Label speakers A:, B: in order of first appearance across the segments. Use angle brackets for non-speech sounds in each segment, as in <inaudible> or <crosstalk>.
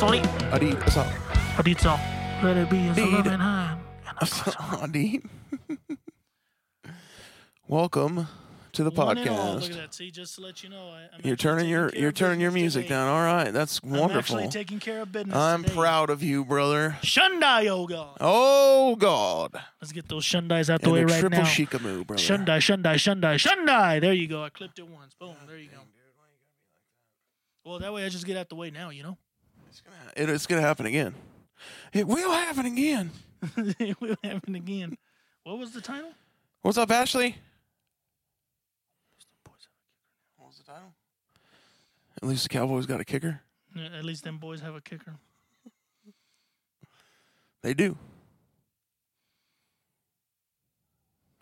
A: Oh,
B: Adib, alltså.
A: Och ditt sa, "Well, it be as a
B: Did-
A: loving hand. And a
B: Alltså, Adib. Welcome to the
A: One and all, Look at
B: podcast.
A: that. See, just to let you know, I, I'm
B: You're
A: actually
B: turning
A: taking
B: your
A: care
B: you're
A: of
B: turning your
A: business
B: music
A: today.
B: down. All right, that's
A: I'm actually
B: wonderful.
A: taking care of business.
B: I'm
A: today.
B: proud of you, brother.
A: Shundai, oh god.
B: Oh God,
A: Let's get those Shundais out the
B: and
A: way
B: a
A: right
B: triple
A: now.
B: shikamoo, brother.
A: Shundai, Shundai, Shundai, Shundai. There you go. I clipped it once. Boom. There you go. Well, that way I just get out the way now, you know? <laughs>
B: It- it's gonna happen again. It will happen again.
A: it will happen again. What was the title?
B: What's up, Ashley? What was the title? At least the Cowboys got a kicker.
A: Yeah, At least them boys have a kicker.
B: They do.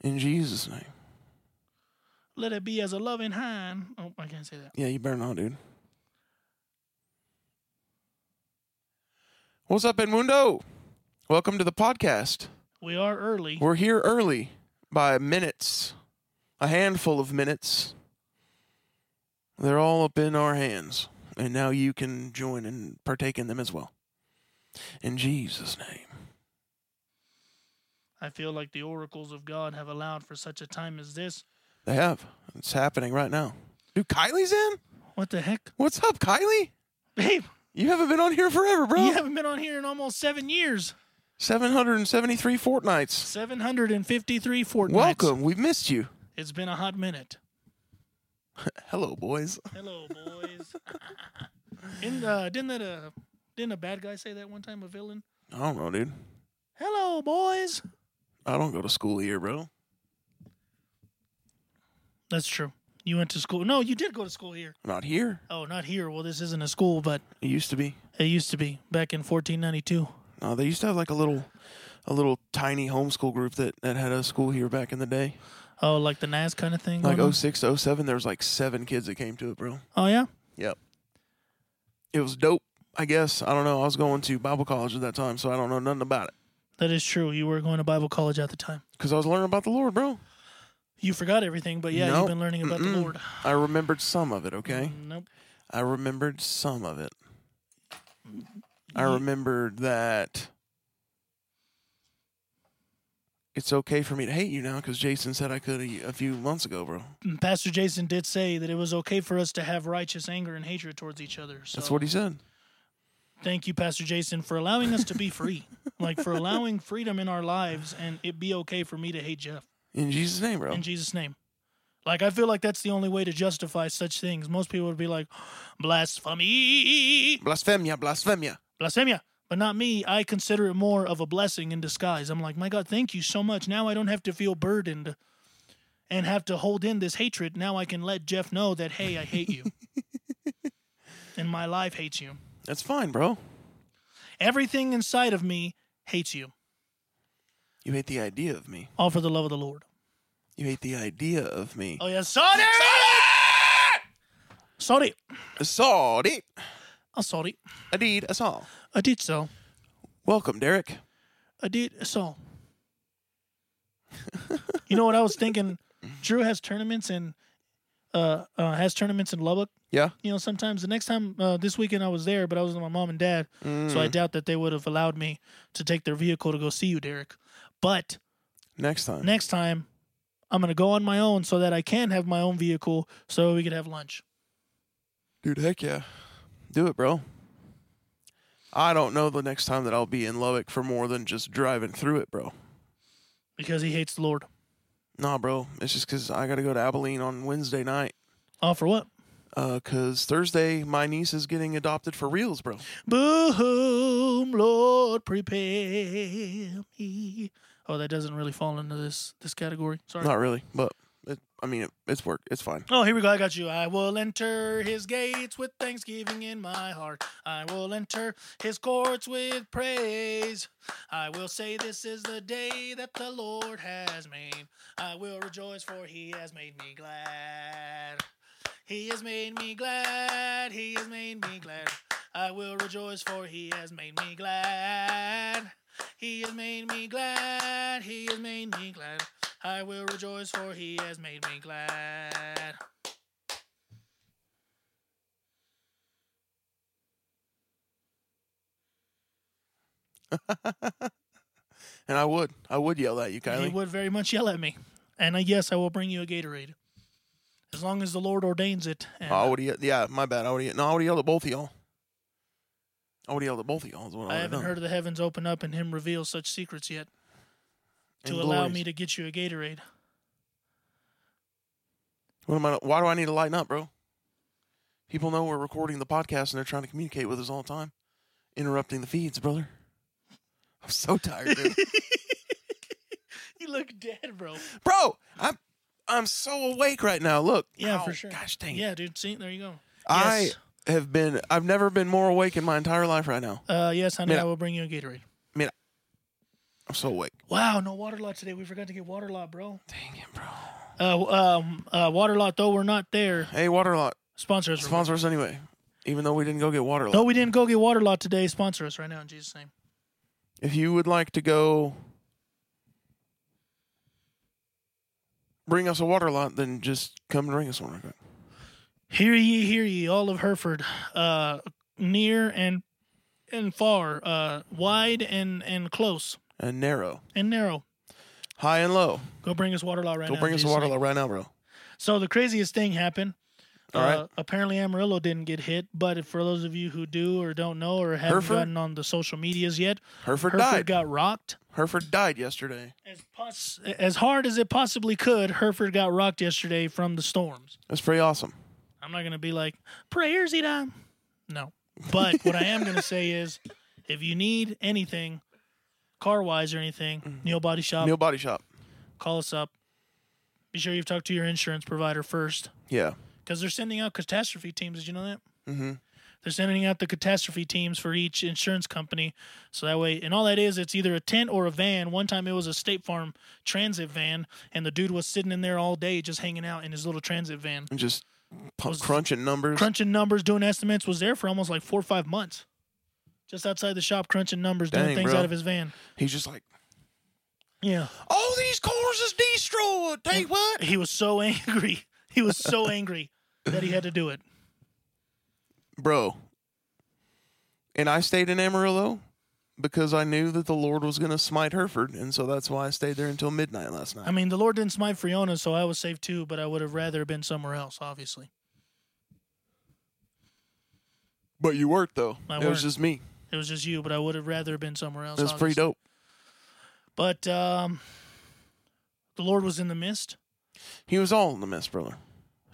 B: In Jesus' name.
A: Let it be as a loving hind. Oh, I can't say that.
B: Yeah, you better not, dude. What's up, Edmundo? Welcome to the podcast.
A: We are early.
B: We're here early by minutes, a handful of minutes. They're all up in our hands, and now you can join and partake in them as well. In Jesus' name.
A: I feel like the oracles of God have allowed for such a time as this.
B: They have. It's happening right now. Dude, Kylie's in?
A: What the heck? <laughs>
B: What's up, Kylie?
A: Babe,
B: You haven't been on here forever, bro.
A: you haven't been on here in almost seven years.
B: 773 fortnights.
A: 753 fortnights.
B: Welcome. We've missed you.
A: It's been a hot minute.
B: Hello, boys.
A: Hello, boys. <laughs> In the, didn't that uh, didn't a bad guy say that one time? A villain.
B: I don't know, dude.
A: Hello, boys.
B: I don't go to school here, bro.
A: That's true. You went to school. No, you did go to school here.
B: Not here.
A: Oh, not here. Well, this isn't a school, but
B: It used to be.
A: it used to be back in 1492.
B: No, they used to have like a little, a little tiny homeschool group that, that had a school here back in the day.
A: Oh, like the NAS kind of thing.
B: Like
A: going on?
B: 06 to 07, there was like seven kids that came to it, bro.
A: oh yeah.
B: Yep. It was dope, I guess. I don't know. I was going to Bible college at that time, so I don't know nothing about it.
A: That is true. You were going to Bible college at the time.
B: Because I was learning about the Lord, bro.
A: You forgot everything, but yeah,
B: Nope.
A: you've been learning about the
B: Mm-mm.
A: Lord.
B: I remembered some of it, okay?
A: Nope.
B: I remembered some of it. I
A: Ye-
B: remembered that it's okay for me to hate you now because Jason said I could a, a few months ago, bro.
A: Pastor Jason did say that it was okay for us to have righteous anger and hatred towards each other. So
B: That's what he said.
A: thank you, Pastor Jason, for allowing us to be free.
B: <laughs>
A: like for allowing freedom in our lives and it be okay for me to hate Jeff.
B: In Jesus' name, bro.
A: In Jesus' name. Like I feel like that's the only way to justify such things. Most people would be like, <gasps> blasphemy,
B: Blasphemia, blasphemia.
A: blasphemia. But not me. I consider it more of a blessing in disguise. I'm like, my God, thank you so much. Now I don't have to feel burdened and have to hold in this hatred. Now I can let Jeff know that, hey, I hate you. and my life hates you.
B: That's fine, bro.
A: Everything inside of me hates you.
B: You hate the idea of me.
A: All for the love of the Lord.
B: You hate the idea of me.
A: Oh, yeah. Sorry! Sorry!
B: Sorry.
A: I'm sorry.
B: Indeed, that's all.
A: I did so.
B: Welcome, Derek.
A: I did so. you know what I was thinking? Drew has tournaments and uh, uh, has tournaments in Lubbock.
B: Yeah.
A: You know, sometimes the next time uh, this weekend I was there, but I was with my mom and dad, so
B: Mm.
A: I doubt that they would have allowed me to take their vehicle to go see you, Derek. But
B: Next time.
A: next time, I'm gonna go on my own so that I can have my own vehicle, so we could have lunch.
B: Dude, heck yeah. Do it, bro. I don't know the next time that I'll be in Lubbock for more than just driving through it, bro.
A: Because he hates the Lord.
B: Nah, bro. It's just because I got to go to Abilene on Wednesday night.
A: Oh, for what?
B: Because Thursday, my niece is getting adopted for reals, bro.
A: Boom, Lord, prepare me. Oh, that doesn't really fall into this this category. Sorry.
B: Not really, but it, I mean, it, it's work. It's fine.
A: Oh, here we go. I got you. I will enter his gates with thanksgiving in my heart. I will enter his courts with praise. I will say, This is the day that the Lord has made. I will rejoice, for he has made me glad. He has made me glad. He has made me glad. I will rejoice, for he has made me glad. He has made me glad. He has made me glad. I will rejoice, for he has made me glad.
B: And I would. I would yell at you,
A: And
B: Kylie.
A: He would very much yell at me. And uh, yes, I will bring you a Gatorade. As long as the Lord ordains it. And,
B: Oh, I would have, yeah, my bad. I would have, no, I would have yelled at both of y'all. I would have yelled at both of y'all. Is what oh, I,
A: I
B: would've
A: haven't
B: done.
A: heard of the heavens open up and him reveal such secrets yet to
B: And
A: allow
B: glories.
A: me to get you a Gatorade. <laughs>
B: What am I, why do I need to lighten up, bro? People know we're recording the podcast and they're trying to communicate with us all the time, interrupting the feeds, brother. I'm so tired,
A: <laughs>
B: dude.
A: You look dead, bro.
B: bro. I'm I'm so awake right now. Look,
A: Yeah,
B: Ow,
A: for sure.
B: Gosh dang, it.
A: Yeah, dude. See, there you go.
B: I
A: Yes.
B: have been. I've never been more awake in my entire life right now.
A: Uh, yes, honey,
B: Man,
A: I will bring you a Gatorade.
B: I'm so awake.
A: Wow, no water lot today. We forgot to get water lot, bro.
B: Dang it, bro.
A: Uh, um, uh, water lot though we're not there.
B: Hey, Waterlot,
A: Sponsor us.
B: sponsor us anyway. Even though we didn't go get Waterlot.
A: No, we didn't go get water lot today. Sponsor us right now in Jesus' name.
B: If you would like to go bring us a Waterlot, then just come bring us one real quick.
A: Hear ye, hear ye, all of Hereford, uh, near and and far, uh, wide and and close
B: And narrow,
A: and narrow.
B: high and low.
A: Go bring us water law right
B: Go
A: now.
B: bring us a
A: Jesus' name.
B: Waterlot right now, bro.
A: So the craziest thing happened.
B: All
A: uh,
B: right.
A: Apparently Amarillo didn't get hit, but for those of you who do or don't know or haven't
B: Hereford?
A: gotten on the social medias yet,
B: Hereford,
A: Hereford
B: died.
A: got rocked.
B: Hereford died yesterday.
A: As, pos- as hard as it possibly could, Hereford got rocked yesterday from the storms.
B: That's pretty awesome.
A: I'm not going to be like, prayers, Edom. No. But what I am going to say is if you need anything, car wise or anything, Neil Body Shop,
B: Neil Body Shop.
A: call us up. Be sure you've talked to your insurance provider first
B: Yeah.
A: because they're sending out catastrophe teams. Did you know that?
B: Mm-hmm.
A: They're sending out the catastrophe teams for each insurance company. So that way, and all that is, it's either a tent or a van. One time it was a State Farm transit van, and the dude was sitting in there all day just hanging out in his little transit van.
B: and just pu-
A: Was-
B: crunching numbers.
A: Crunching numbers, doing estimates, was there for almost like four or five months. Just outside the shop, crunching numbers,
B: Dang,
A: doing things
B: bro.
A: out of his van.
B: He's just like,
A: Yeah.
B: all these cars is destroyed. Hey, what?
A: He was so <laughs> angry. He was so angry that he had to do it.
B: Bro. And I stayed in Amarillo because I knew that the Lord was going to smite Hereford. And so that's why I stayed there until midnight last night.
A: I mean, the Lord didn't smite Friona, so I was safe too, but I would have rather been somewhere else, obviously.
B: but you weren't, though.
A: I
B: it was
A: weren't.
B: just me.
A: It was just you, but I would have rather been somewhere else.
B: It was pretty
A: obviously.
B: dope.
A: But um, the Lord was in the mist,
B: He was all in the mess, brother.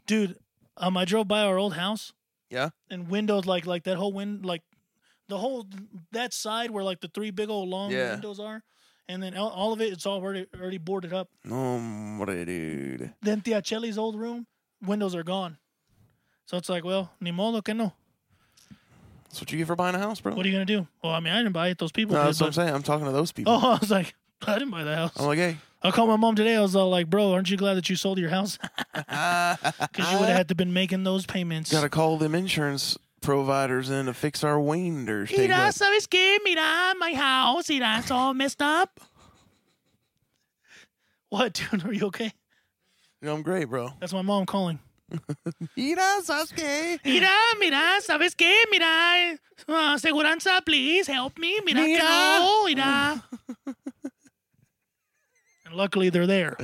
A: dude. Um, I drove by our old house.
B: Yeah?
A: And windows like like that whole wind like the whole that side where like the three big old long
B: Yeah.
A: windows are, and then all, all of it it's all already already boarded up.
B: Um, what a dude.
A: Then Tia Chelly's old room windows are gone, so it's like well ni modo que no.
B: That's what you get for buying a house, bro.
A: What are you gonna do? Well, I mean I didn't buy it; those people
B: no,
A: did.
B: that's what I'm
A: But,
B: saying. I'm talking to those people.
A: oh, <laughs> I was like I didn't buy the house.
B: I'm like, hey. <laughs>
A: I called my mom today. I was all like, "Bro, aren't you glad that you sold
B: <laughs>
A: your house? Because you would have had to been making those payments."
B: Got to call them insurance providers in to fix our winder.
A: Mira, ¿sabes qué? Mira, my house, mira, it's all messed up. What, dude? Are you okay?
B: No, I'm great, bro.
A: That's my mom calling.
B: Ira Sasuke.
A: Mira, mira, ¿sabes qué? Mira, uh, seguranza, please help me. Mira, que
B: Mira.
A: no, mira. and luckily, they're there.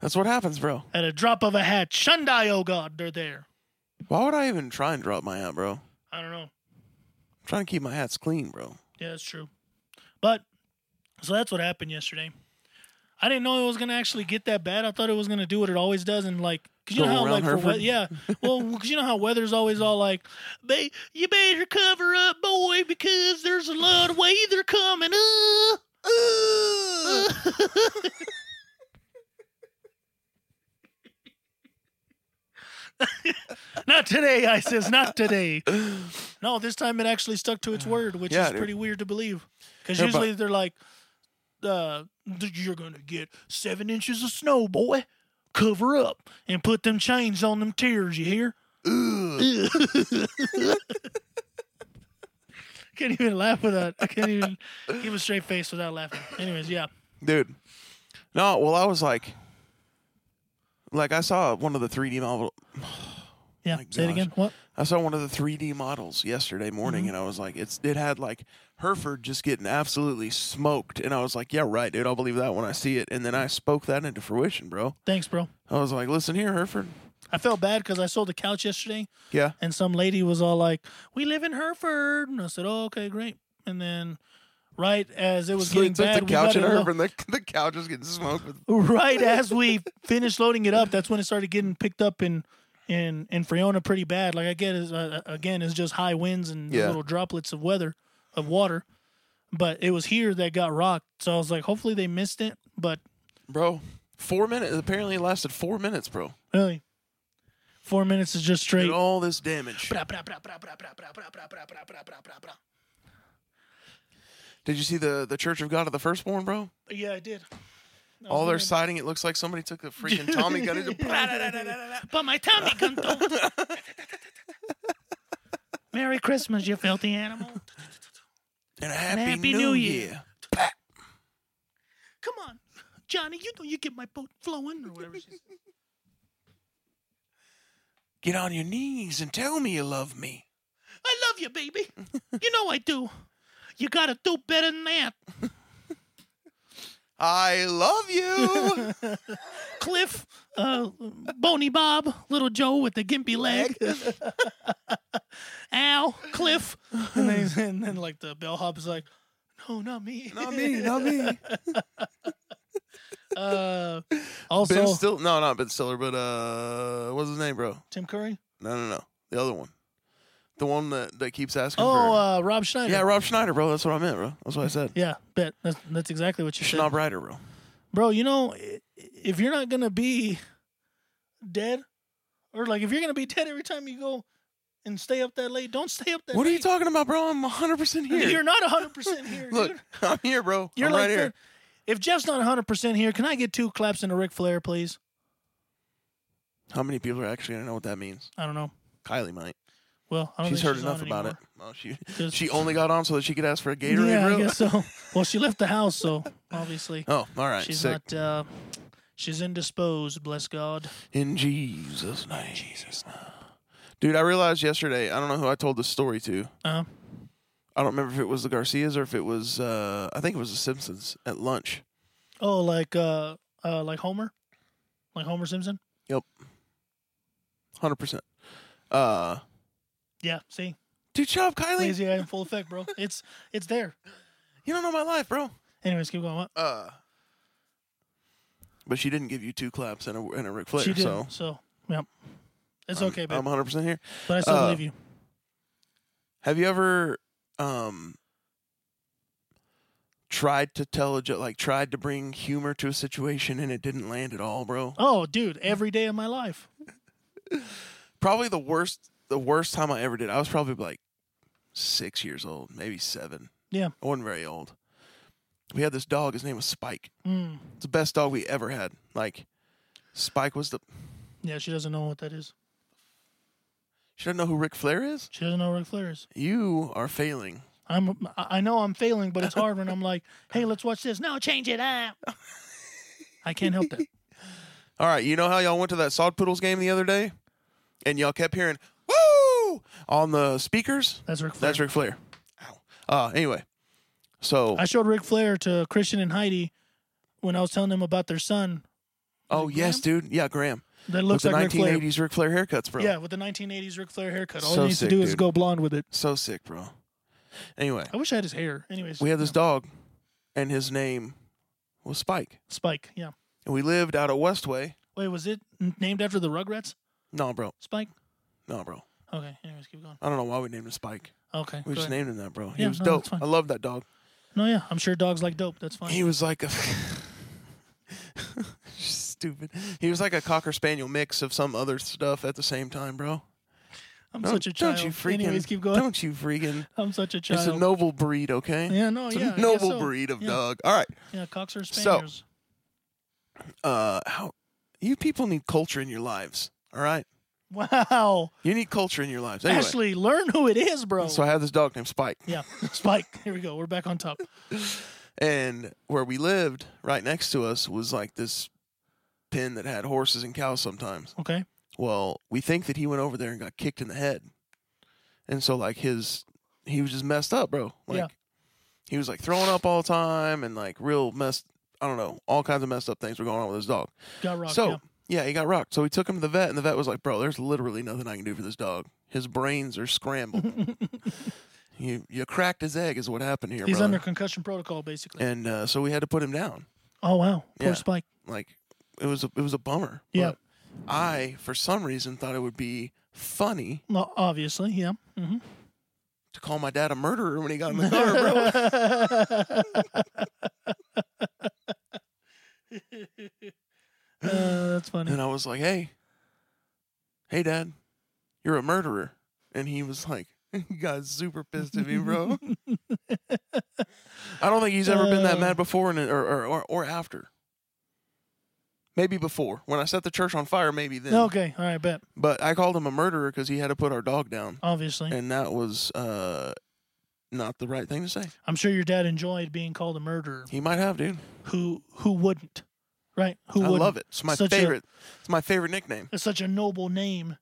B: That's what happens, bro.
A: At a drop of a hat, Shundai, oh God, they're there.
B: Why would I even try and drop my hat, bro? I'm
A: I don't know.
B: trying to keep my hats clean,
A: <gasps>
B: bro.
A: Yeah, that's true. But so that's what happened yesterday. I didn't know it was gonna actually get that bad. I thought it was gonna do what it always does and like, 'cause you
B: Go
A: know how
B: around
A: like for
B: Hereford? <laughs>
A: wea- yeah, well, 'cause you know how weather's always all like, "Ba- you better cover up, boy, because there's a lot of weather coming
B: <laughs>
A: up. <laughs> not today, I says, not today. No, this time it actually stuck to its word, which
B: Uh, Yeah,
A: is
B: dude.
A: pretty weird to believe. Because
B: Yeah, but-
A: usually they're like, uh, th- you're gonna get seven inches of snow, boy. Cover up and put them chains on them tears. You hear? <laughs>
B: Ugh.
A: can't even laugh without. I
B: <laughs>
A: can't even give a straight face without laughing. Anyways, yeah.
B: Dude. No, well, I was like, like I saw one of the 3D model.
A: Yeah.
B: My
A: Say it
B: gosh.
A: again. What?
B: I saw one of the 3D models yesterday morning,
A: Mm-hmm.
B: and I was like, "It's it had like Hereford just getting absolutely smoked," and I was like, "Yeah, right, dude. I'll believe that when I see it." And then I spoke that into fruition, bro.
A: Thanks, bro.
B: I was like, "Listen here, Hereford.
A: I felt bad because I sold the couch yesterday,
B: Yeah,
A: and some lady was all like, "We live in Hereford," and I said, "Oh, okay, great." And then, right as it was
B: So they
A: getting
B: took
A: bad,
B: the
A: we
B: couch
A: let
B: in
A: it uh, lo-
B: Hereford, and the, <laughs> the couch was getting smoked with
A: right as we finished loading it up, that's when it started getting picked up in in in Friona pretty bad. Like I get is uh, again, it's just high winds and
B: Yeah.
A: little droplets of weather of water, but it was here that got rocked. So I was like, hopefully they missed it, but
B: bro. Four minutes. Apparently, it lasted four minutes, bro.
A: really, four minutes is just
B: Did
A: straight.
B: all this damage. Did you see the the Church of God of the Firstborn, bro?
A: Yeah,
B: <laughs>
A: I did. I was
B: All their
A: looking-
B: siding. It looks like somebody took a freaking Tommy gun
A: <laughs>
B: and just-
A: But my Tommy gun don't. <laughs> Merry Christmas, you filthy animal.
B: and a happy,
A: Happy
B: New,
A: New
B: Year.
A: Year.
B: Pat.
A: Come on, Johnny, you know you get my boat flowing or whatever. she says.
B: Get on your knees and tell me you love me.
A: I love you, baby. You know I do. You gotta do better than that.
B: I love you.
A: Cliff, uh, Bony Bob, Little Joe with the gimpy leg, <laughs> Al, Cliff, <laughs> and then, he's- and then like the bellhop is like, no, not me,
B: <laughs> not me, not me.
A: <laughs> Uh,
B: Ben
A: also,
B: Still, no, not Ben Stiller, but uh, what's his name, bro?
A: Tim Curry.
B: No, no, no, the other one, the one that, that keeps asking.
A: Oh,
B: for,
A: uh, Rob Schneider.
B: yeah, Rob Schneider, bro. That's what I meant, bro. That's what I said.
A: Yeah, bet that's, that's exactly what you said,
B: Schnob Rider, bro.
A: bro. You know, i- if you're not gonna be dead, or like if you're gonna be dead every time you go and stay up that late, don't stay up that.
B: What are
A: late.
B: you talking about, bro? I'm 100 percent here. <laughs>
A: You're not 100 percent here.
B: Look,
A: dude.
B: I'm here, bro.
A: you're
B: I'm
A: like
B: right here.
A: the- If Jeff's not 100 percent here, can I get two claps into Ric Flair, please?
B: How many people are actually gonna know what that means?
A: I don't know.
B: Kylie might.
A: Well, I don't
B: She's
A: think
B: heard
A: she's
B: enough
A: on
B: about
A: anymore.
B: it. Oh, she
A: Just-
B: she only got on so that she could ask for a Gatorade,
A: yeah,
B: bro.
A: I
B: <laughs>
A: guess so. well, she left the house, so obviously
B: Oh, all right.
A: she's
B: Sick.
A: not. Uh, she's indisposed. Bless God.
B: In Jesus' name. Dude, I realized yesterday, I don't know who I told this story to.
A: Uh,
B: I don't remember if it was the Garcias or if it was, uh, I think it was the Simpsons at lunch.
A: oh, like uh, uh, like Homer, like Homer Simpson.
B: 100%. Uh,
A: Yeah. See,
B: dude, shut up, Kylie.
A: lazy eye in full effect, bro. It's it's there.
B: You don't know my life, bro.
A: Anyways, keep going. What?
B: Uh, but she didn't give you two claps and a, and a Ric Flair,
A: she did.
B: so.
A: So, yeah, it's
B: I'm-
A: okay, babe.
B: I'm 100% here.
A: but I still
B: uh,
A: believe you.
B: Have you ever um tried to tell a joke, like tried to bring humor to a situation and it didn't land at all, bro?
A: Oh, dude, every day of my life.
B: Probably the worst the worst time I ever did. I was probably like 6 years old, maybe 7.
A: Yeah.
B: I wasn't very old. We had this dog, his name was Spike.
A: Mm.
B: It's the best dog we ever had. Like Spike was the
A: Yeah, she doesn't know what that is.
B: She doesn't know who Ric Flair is?
A: She doesn't know Ric Flair is.
B: You are failing.
A: I'm. I I know I'm failing, but
B: <laughs>
A: it's hard when I'm like, "Hey, let's watch this." No, change it out. I can't help that.
B: All right, you know how y'all went to that Sod Poodles game the other day, and y'all kept hearing "woo" on the speakers.
A: That's Ric Flair.
B: That's Ric Flair. Ow. Uh, anyway, so
A: I showed Ric Flair to Christian and Heidi when I was telling them about their son
B: oh yes, dude, yeah, Graham
A: that looks
B: with the
A: like Ric Flair.
B: 1980s Ric Flair haircuts, bro.
A: Yeah, with the 1980s Ric Flair haircut. All
B: So
A: he needs
B: sick,
A: to do is
B: dude.
A: go blonde with it.
B: so sick, bro. Anyway,
A: I wish I had his hair. Anyways,
B: we had this
A: yeah.
B: dog, and his name was Spike,
A: Spike. Yeah.
B: and we lived out of Westway.
A: Wait, was it n- named after the Rugrats?
B: No, bro,
A: Spike.
B: no, bro.
A: Okay. Anyways, keep going.
B: I don't know why we named him Spike.
A: Okay.
B: We
A: go
B: just
A: ahead.
B: named him that, bro. He
A: Yeah,
B: was
A: no,
B: dope.
A: that's fine.
B: I love that dog.
A: no, yeah. I'm sure dogs like dope. That's fine.
B: He was like a <laughs> stupid. He was like a cocker spaniel mix of some other stuff at the same time, bro.
A: I'm
B: Don't,
A: such a child.
B: don't you freaking?
A: Anyways, keep going.
B: Don't you freaking?
A: I'm such a
B: It's a
A: child.
B: noble breed, okay?
A: yeah, no,
B: it's
A: yeah. I
B: a
A: guess
B: noble
A: so.
B: breed of
A: Yeah.
B: dog. All right.
A: Yeah, cocks are
B: So-
A: spaniels.
B: Uh, how you people need culture in your lives. All right,
A: wow,
B: you need culture in your lives. Anyway,
A: Ashley, learn who it is, bro.
B: so I had this dog named Spike,
A: yeah, <laughs> Spike. Here we go. We're back on top.
B: and where we lived, right next to us, was like this pen that had horses and cows sometimes.
A: Okay.
B: Well, we think that he went over there and got kicked in the head. And so like his he was just messed up, bro. Like
A: Yeah.
B: he was like throwing up all the time and like real messed I don't know, all kinds of messed up things were going on with his dog.
A: Got rocked.
B: so
A: yeah.
B: yeah. he got rocked. So we took him to the vet and the vet was like, Bro, there's literally nothing I can do for this dog. His brains are scrambled.
A: <laughs>
B: you you cracked his egg is what happened here,
A: He's
B: brother.
A: under concussion protocol, basically.
B: and uh, so we had to put him down.
A: Oh wow, poor
B: Yeah.
A: Spike.
B: like it was a it was a bummer.
A: Yeah.
B: But I for some reason thought it would be funny
A: Well, obviously, yeah. hmm
B: to call my dad a murderer when he got in the car,
A: <laughs>
B: bro. <laughs>
A: <laughs> Uh, that's funny.
B: and I was like, "Hey, hey, dad, you're a murderer," and he was like. <laughs> He got super pissed at me, bro. I don't think he's ever been that
A: Uh.
B: mad before, and or, or or or after. Maybe before when I set the church on fire, maybe then.
A: Okay, all right, bet.
B: But I called him a murderer because he had to put our dog down,
A: Obviously,
B: and that was uh, not the right thing to say.
A: I'm sure your dad enjoyed being called a murderer.
B: He might have, dude.
A: Who who wouldn't? Right? Who
B: I
A: wouldn't?
B: love it. It's my
A: Such a-
B: favorite. It's my favorite nickname.
A: It's such a noble name.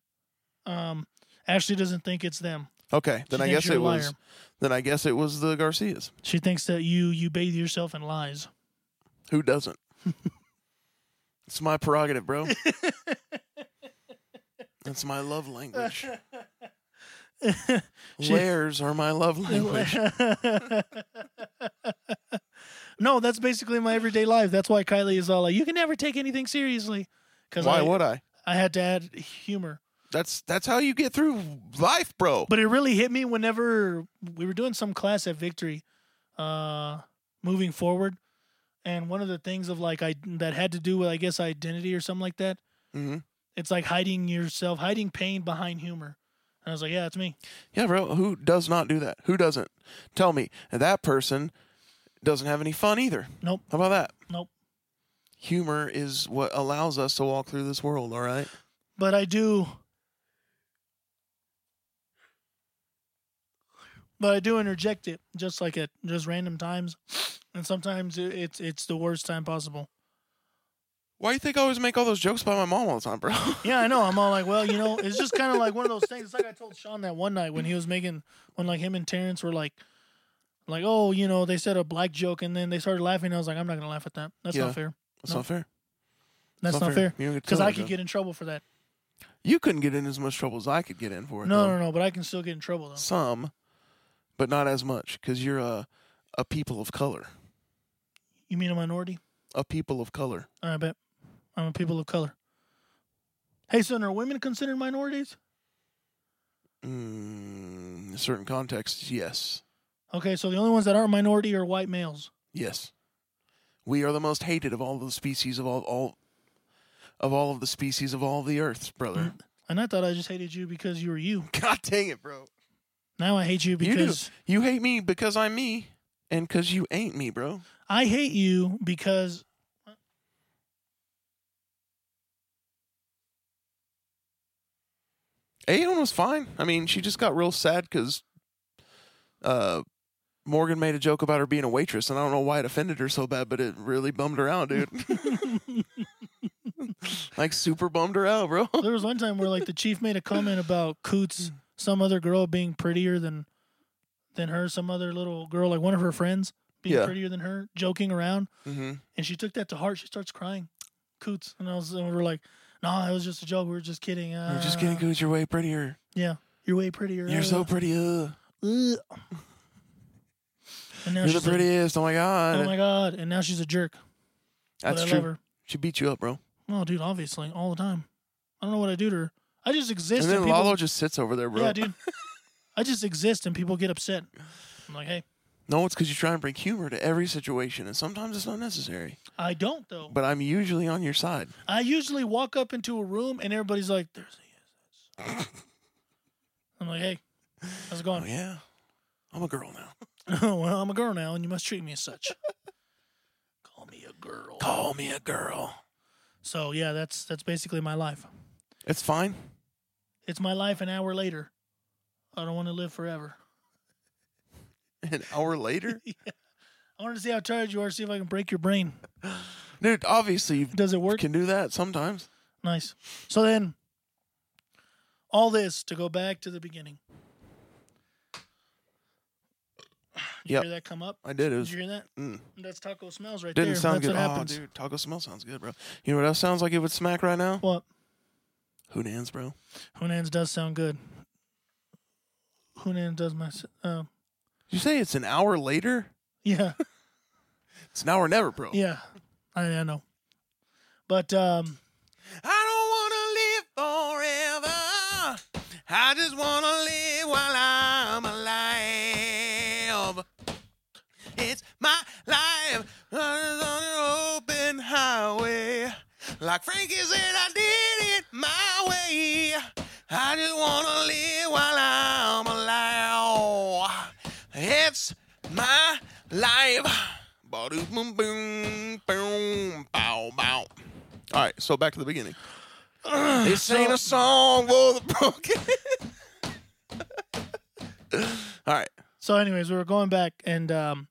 A: Um, Ashley doesn't think it's them.
B: Okay, then
A: She
B: I
A: thinks
B: guess
A: you're a
B: it was.
A: liar.
B: Then I guess it was the Garcias.
A: She thinks that you you bathe yourself in lies.
B: Who
A: <laughs>
B: doesn't? it's my prerogative, bro. That's my love language.
A: <laughs> She-
B: Layers are my
A: <laughs>
B: love language.
A: no, that's basically my everyday life. That's why Kylie is all like, "You can never take anything seriously." Because
B: Why
A: I,
B: would I?
A: I had to add humor.
B: That's that's how you get through life, bro.
A: But it really hit me whenever we were doing some class at Victory, uh, moving forward, and one of the things of like I that had to do with I guess identity or something like that.
B: hmm
A: It's like hiding yourself, hiding pain behind humor. And I was like, yeah, it's me.
B: Yeah, bro. Who does not do that? Who doesn't? Tell me. And that person doesn't have any fun either.
A: Nope.
B: How about that?
A: Nope.
B: Humor is what allows us to walk through this world. All right.
A: But I do. But I do interject it just like at just random times, and sometimes it- it's it's the worst time possible.
B: Why do you think I always make all those jokes about my mom all the time, bro? <laughs>
A: Yeah, I know. I'm all like, well, you know, it's just kind of like one of those things. It's like I told Sean that one night when he was making when like him and Terrence were like, like, oh, you know, they said a black joke and then they started laughing. I was like, I'm not gonna laugh at that. That's
B: Yeah.
A: not fair.
B: That's
A: No.
B: not fair.
A: That's not fair.
B: You don't get to
A: Because
B: tell
A: I
B: that
A: could
B: joke.
A: get in trouble for that.
B: You couldn't get in as much trouble as I could get in for it.
A: No,
B: though.
A: no, no. But I can still get in trouble though.
B: Some, but not as much because you're a a people of color.
A: You mean a minority?
B: A people of color.
A: I bet. I'm a people of color. Hey, son, are women considered minorities?
B: Mm, in certain contexts, yes,
A: Okay, so the only ones that aren't minority are white males.
B: yes. We are the most hated of all the species of all all of all of the species of all the earth, brother.
A: And I thought I just hated you because you were you.
B: <laughs> God dang it, bro.
A: Now I hate you
B: do.
A: because
B: You hate me because I'm me, and because you ain't me, bro.
A: I hate you
B: <laughs>
A: because <laughs>
B: Aeon was fine. I mean, she just got real sad because uh, Morgan made a joke about her being a waitress, and I don't know why it offended her so bad, but it really bummed her out, dude.
A: <laughs>
B: like super bummed her out, bro. <laughs>
A: there was one time where like the chief made a comment about Coots, some other girl being prettier than than her, some other little girl, like one of her friends being
B: Yeah.
A: prettier than her, joking around.
B: Mm-hmm.
A: And she took that to heart. She starts crying. Coots. And I was and we were like, nah, it was just a joke. We were just kidding. Uh,
B: You're just kidding, Coots. You're way prettier.
A: Yeah. You're way prettier.
B: You're
A: <laughs>
B: so pretty. Uh.
A: Ugh.
B: You're
A: And now
B: the
A: she's like,
B: prettiest. Oh my god.
A: oh my god! And now she's a jerk.
B: That's
A: but I
B: true.
A: love her.
B: She beat you up, bro.
A: Oh, dude, obviously, all the time. I don't know what I do to her. I just exist.
B: and then
A: and people,
B: Lalo just sits over there, bro.
A: yeah, dude. <laughs> I just exist, and people get upset. I'm like, hey,
B: No, it's because you try and bring humor to every situation, and sometimes it's not necessary.
A: I don't though.
B: But I'm usually on your side.
A: I usually walk up into a room, and everybody's like, "There's he is." I'm like, hey, how's it
B: Oh <laughs>
A: going? <laughs>
B: yeah, I'm a girl now.
A: well, I'm a girl now, and you must treat me as such. <laughs> Call me a girl.
B: Call me a girl.
A: So yeah, that's that's basically my life.
B: It's fine. <laughs>
A: It's my life an hour later. I don't want to live forever.
B: An hour
A: <laughs>
B: later,
A: I want to see how tired you are, see if I can break your brain.
B: dude. Obviously, you
A: Does it work?
B: can do that sometimes.
A: Nice. So then All this to go back to the beginning. Did you
B: Yep.
A: hear that come up?
B: I did. It
A: Did
B: was
A: you hear that?
B: mm,
A: That's taco smells right
B: didn't
A: there.
B: sound
A: That's
B: good.
A: what
B: Oh,
A: happens.
B: dude, taco smell sounds good, bro. You know what else sounds like it would smack right now?
A: What?
B: Who nans, bro?
A: Hunan's does sound good. Hunan does my. s- Uh,
B: Did you say it's an hour later?
A: yeah.
B: <laughs> It's now or never, bro.
A: Yeah, I, I know. But um,
B: I don't wanna live forever. I just wanna live while I'm alive. It's my life on an open highway. Like Frankie said, I did it my way. I just wanna live while I'm alive. It's my life. Ba-doom, boom, boom, boom, bow, bow. All right, so back to the beginning. this ain't a song for the broken. <laughs> All right,
A: so, anyways, we were going back, and um,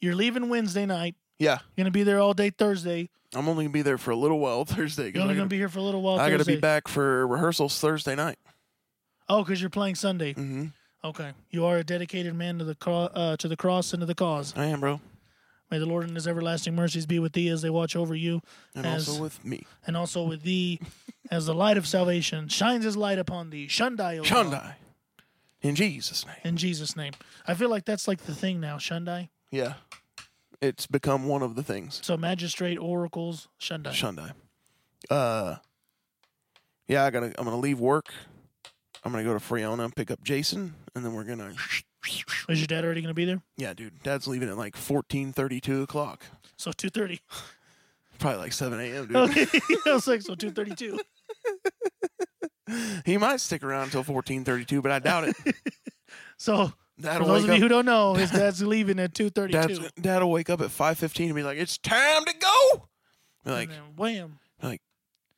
A: you're leaving Wednesday night.
B: yeah,
A: You're gonna be there all day Thursday.
B: I'm only gonna be there for a little while <laughs> Thursday. 'cause
A: You're
B: I
A: only
B: gotta,
A: gonna be here for a little while.
B: I gotta
A: Thursday.
B: be back for rehearsals Thursday night.
A: Oh, because you're playing Sunday.
B: Mm-hmm.
A: Okay, you are a dedicated man to the cro- uh, to the cross and to the cause.
B: I am, bro,
A: May the Lord and His everlasting mercies be with thee as they watch over you,
B: and
A: As-
B: also with me,
A: and also with thee,
B: <laughs>
A: as the light of salvation shines His light upon thee. Shundai, O Lord.
B: Shundai, in Jesus' name.
A: In Jesus' name, I feel like that's like the thing now. Shundai.
B: Yeah, it's become one of the things.
A: So magistrate, oracles, Shundai.
B: Shundai. Uh, yeah, I gotta. I'm gonna leave work. I'm gonna go to Freona, pick up Jason, and then we're gonna.
A: Is your dad already gonna be there?
B: Yeah, dude. Dad's leaving at like fourteen thirty-two o'clock.
A: So two thirty.
B: Probably like 7 a.m., dude.
A: <laughs> Okay, I was like, so two thirty-two.
B: He might stick around until 14:32, but I doubt
A: <laughs>
B: it.
A: So for
B: Dad'll
A: those
B: wake
A: of you who
B: up.
A: don't
B: <laughs>
A: know, his dad's leaving at two
B: Dad's,
A: thirty-two.
B: Dad'll wake up at 5:15 and be like, "It's time to go." Be like,
A: and then wham.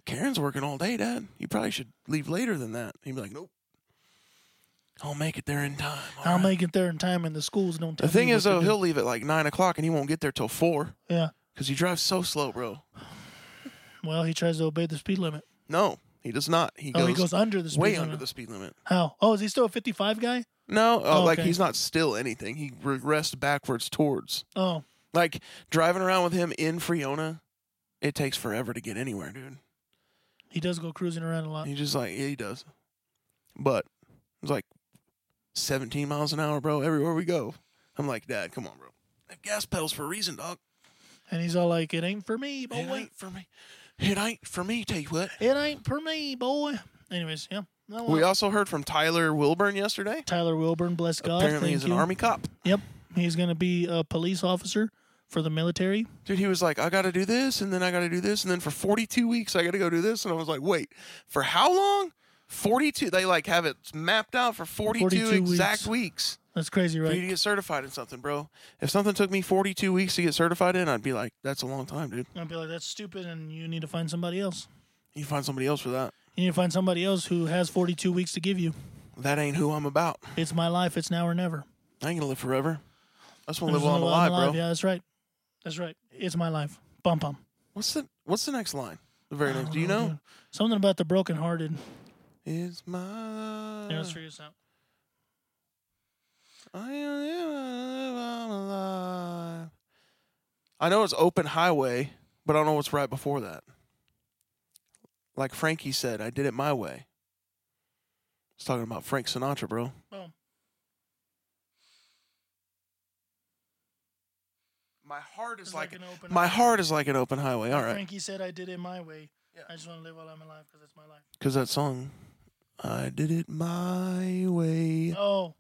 B: "Karen's working all day, Dad. You probably should leave later than that." He'd be like, "Nope, I'll make it there in time." all
A: I'll
B: right."
A: make it there in time, and the schools don't. Tell
B: The thing
A: me
B: is,
A: what to
B: though,
A: do.
B: he'll leave at like nine o'clock and he won't get there till four
A: Yeah.
B: because he drives so slow, bro.
A: Well, he tries to obey the speed limit.
B: No, he does not. He
A: oh,
B: goes,
A: he goes under the speed
B: way
A: limit.
B: under the speed limit.
A: How? Oh, is he still a fifty-five guy?
B: No, uh,
A: Oh,
B: like
A: okay.
B: he's not still anything. He regressed backwards towards.
A: Oh,
B: Like driving around with him in Friona, it takes forever to get anywhere, dude.
A: he does go cruising around a lot.
B: He just like yeah, he does. But it's like 17 miles an hour, bro, everywhere we go. I'm like, Dad, come on, bro. I have gas pedals for a reason, dog.
A: And he's all like, "It ain't for me,
B: It
A: boy.
B: ain't for me. It ain't for me, tell you what.
A: It ain't for me, boy." Anyways, yeah. No,
B: We
A: uh,
B: also heard from Tyler Wilburn yesterday.
A: Tyler Wilburn, bless God.
B: Apparently
A: thank
B: he's
A: you.
B: an army cop.
A: Yep. He's going to be a police officer for the military.
B: Dude, he was like, I gotta do this and then I gotta do this and then for 42 weeks I gotta go do this and I was like, wait, for how long? 42. They like have it mapped out for 42,
A: 42
B: exact weeks
A: That's crazy,
B: for you
A: right?
B: to get certified in something, bro. If something took me 42 weeks to get certified in, I'd be like, that's a long time, dude.
A: I'd be like, that's stupid, and you need to find somebody else.
B: You find somebody else for that.
A: You need to find somebody else who has 42 weeks to give you.
B: That ain't who I'm about.
A: It's my life. It's now or never.
B: I ain't gonna live forever. I just wanna
A: There's
B: live while I'm
A: no while
B: alive,
A: I'm
B: bro.
A: Yeah, that's right. That's right. It's my life. Bum bum.
B: What's the What's the next line? The very
A: I
B: next.
A: don't
B: Do you know?
A: dude. Something about the brokenhearted.
B: Is my
A: Yeah, let's figure this out.
B: I am alive. I know it's open highway, but I don't know what's right before that. Like Frankie said, I did it my way. It's talking about Frank Sinatra, bro.
A: Boom.
B: My heart is
A: It's
B: like,
A: an open
B: my
A: eye.
B: heart is like an open highway. All right,
A: Frankie said I did it my way.
B: Yeah.
A: I just want to live while I'm alive because it's my life.
B: because that song, I did it my way.
A: Oh,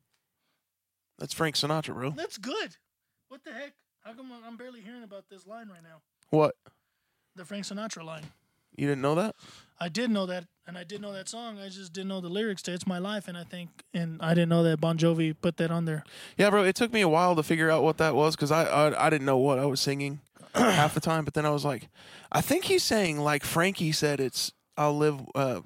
B: That's Frank Sinatra, bro.
A: that's good. What the heck? How come I'm barely hearing about this line right now?
B: What?
A: The Frank Sinatra line.
B: You didn't know that?
A: I did know that, and I did know that song. I just didn't know the lyrics to "It's My Life," and I think, and I didn't know that Bon Jovi put that on there.
B: Yeah, bro. It took me a while to figure out what that was because I, I I didn't know what I was
A: <clears throat>
B: singing half the time. But then I was like, I think he's saying like Frankie said, it's I'll live. Uh,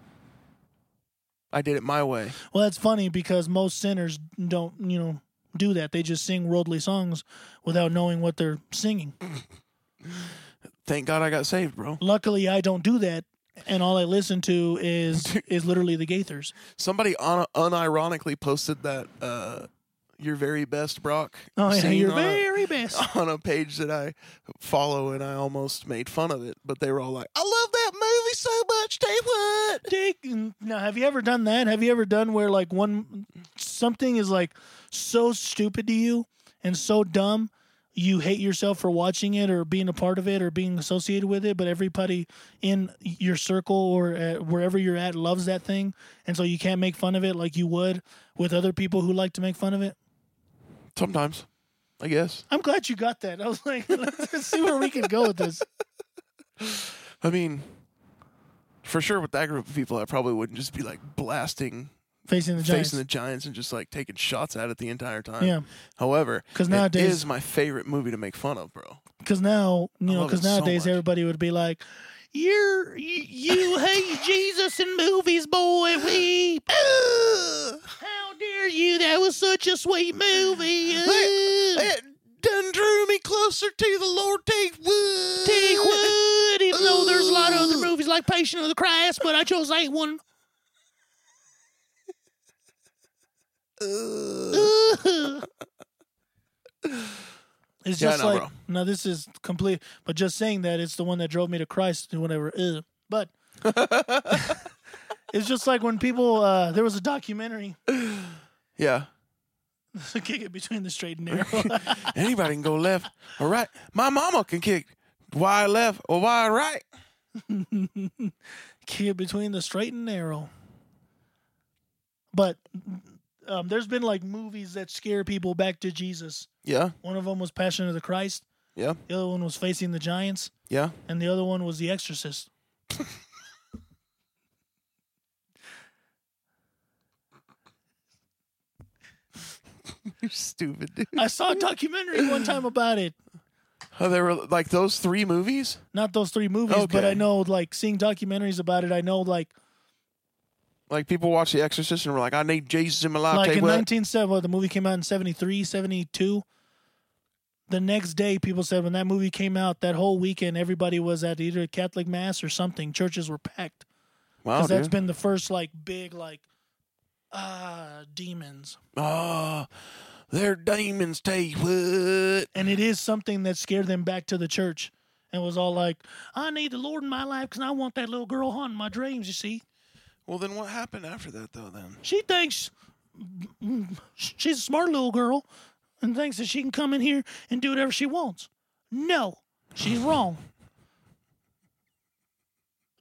B: I did it my way.
A: Well, that's funny because most sinners don't, you know, do that. They just sing worldly songs without knowing what they're singing.
B: Thank God I got saved, bro.
A: Luckily, I don't do that, and all I listen to
B: <laughs>
A: is is literally the Gaithers.
B: Somebody un- unironically posted that uh, your very best Brock.
A: Oh yeah,
B: scene
A: your
B: on a-
A: very best.
B: on a page that I follow, and I almost made fun of it. But they were all like, "I love that movie so much, Tay what?"
A: Dick. Now, have you ever done that? Have you ever done where like one something is like so stupid to you and so dumb, you hate yourself for watching it or being a part of it or being associated with it, but everybody in your circle or uh wherever you're at loves that thing, and so you can't make fun of it like you would with other people who like to make fun of it.
B: Sometimes, I guess.
A: I'm glad you got that. I was like, <laughs> let's see where we can go with this.
B: I mean, for sure, with that group of people, I probably wouldn't just be like blasting,
A: Facing the Giants.
B: facing the Giants, and just like taking shots at it the entire time.
A: yeah,
B: However,
A: 'Cause
B: it
A: nowadays-
B: is my favorite movie to make fun of, bro.
A: because now you
B: I
A: know,
B: love
A: because
B: it so
A: nowadays
B: much.
A: everybody would be like, "You're you, you hate Jesus and movies, boy. We how dare you? That was such a sweet movie. Ugh.
B: It done drew me closer to the Lord. Take wood.
A: Take wood, even though there's a lot of other movies like Patient of the Christ, but I chose that one.
B: Ugh.
A: Ugh. It's
B: Yeah, I
A: just
B: know,
A: like
B: bro.
A: no, this is complete. But just saying that it's the one that drove me to Christ and whatever. Ugh.
B: <laughs>
A: But it's just like when people uh, there was a documentary <laughs>
B: Yeah.
A: kick it between the straight and narrow.
B: Anybody can go left or right. My mama can kick wide left or wide right.
A: kick it between the straight and narrow. But um, there's been like movies that scare people back to Jesus.
B: Yeah.
A: One of them was Passion of the Christ.
B: Yeah.
A: The other one was Facing the Giants, <laughs>
B: Yeah.
A: and the other one was The Exorcist.
B: You're stupid, dude.
A: I saw a documentary one time about it.
B: Oh, they were like those three movies.
A: Not those three movies, but
B: Okay.
A: I know like seeing documentaries about it. I know like
B: Like people watch The Exorcist and were like, "I need Jesus in my life."
A: like
B: Tell you
A: in
B: what.
A: 1970, well, the movie came out in 73, 72. The next day, people said when that movie came out, that whole weekend, everybody was at either a Catholic mass or something. Churches were packed
B: wow,
A: because
B: Oh, dude.
A: that's been the first like big like ah demons,
B: Ah, they're demons. Tell you what.
A: and it is something that scared them back to the church and was all like, "I need the Lord in my life because I want that little girl haunting my dreams." You see,
B: Well, then what happened after that, though? Then
A: she thinks she's a smart little girl and thinks that she can come in here and do whatever she wants. No, she's wrong.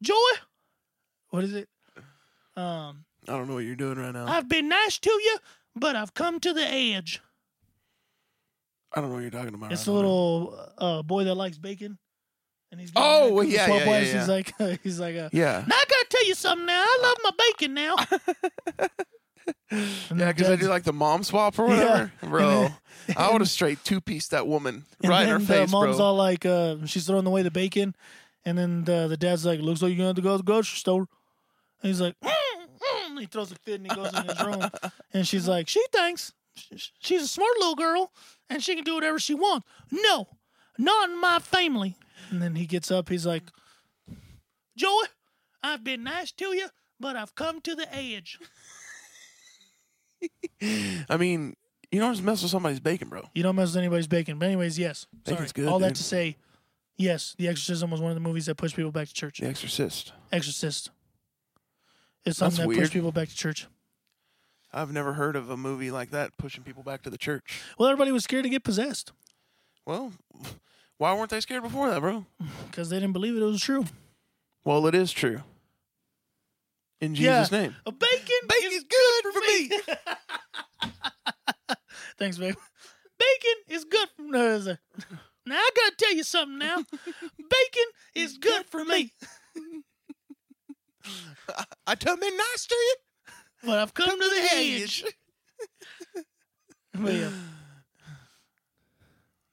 A: Joy, what is it? Um,
B: I don't know what you're doing right now. I,
A: I've been nice to you, but I've come to the edge.
B: don't know what you're talking about.
A: It's
B: right
A: the
B: now,
A: little uh, boy that likes bacon, and he's getting
B: Oh,
A: mad 'cause
B: yeah,
A: the swap
B: yeah, yeah,
A: wise,
B: yeah.
A: He's like, <laughs> he's like, uh,
B: dude. Yeah.
A: now I gotta tell you something. Now I love my
B: <laughs>
A: bacon now. And
B: Yeah,
A: the
B: because I
A: dad's-
B: do like the mom swap or whatever, <laughs> bro. I would have straight two pieced that woman
A: And
B: right in
A: then
B: her
A: the
B: face,
A: mom's
B: bro.
A: all like, uh, she's throwing away the bacon, and then the, the dad's like, "Looks like you're gonna have to go to the grocery store." And he's like, mm, mm," he throws a fit and he goes in his
B: <laughs>
A: room, and she's like, "She thinks sh- she's a smart little girl and she can do whatever she wants." No, not in my family. And then he gets up, he's like, "Joy, I've been nice to you, but I've come to the edge."
B: I mean, you don't just mess with somebody's bacon, bro.
A: You don't mess with anybody's bacon, but anyways, yes. Sorry.
B: Bacon's good,
A: All that
B: dude.
A: to say, yes, The Exorcism was one of the movies that pushed people back to church.
B: The Exorcist.
A: Exorcist.
B: That's
A: It's something that
B: weird.
A: pushed people back to church.
B: I've never heard of a movie like that pushing people back to the church.
A: Well, everybody was scared to get possessed
B: Well, <laughs> why weren't they scared before that, bro?
A: because they didn't believe it was true.
B: Well, it is true. In Jesus'
A: Yeah.
B: name.
A: A bacon,
B: Bacon's good for me.
A: Thanks, babe. Bacon is good. For, no, it's a- now I gotta tell you something. Now, bacon is good for me,
B: I tell men nice to you.
A: but I've come to the edge.
B: <laughs>
A: But yeah,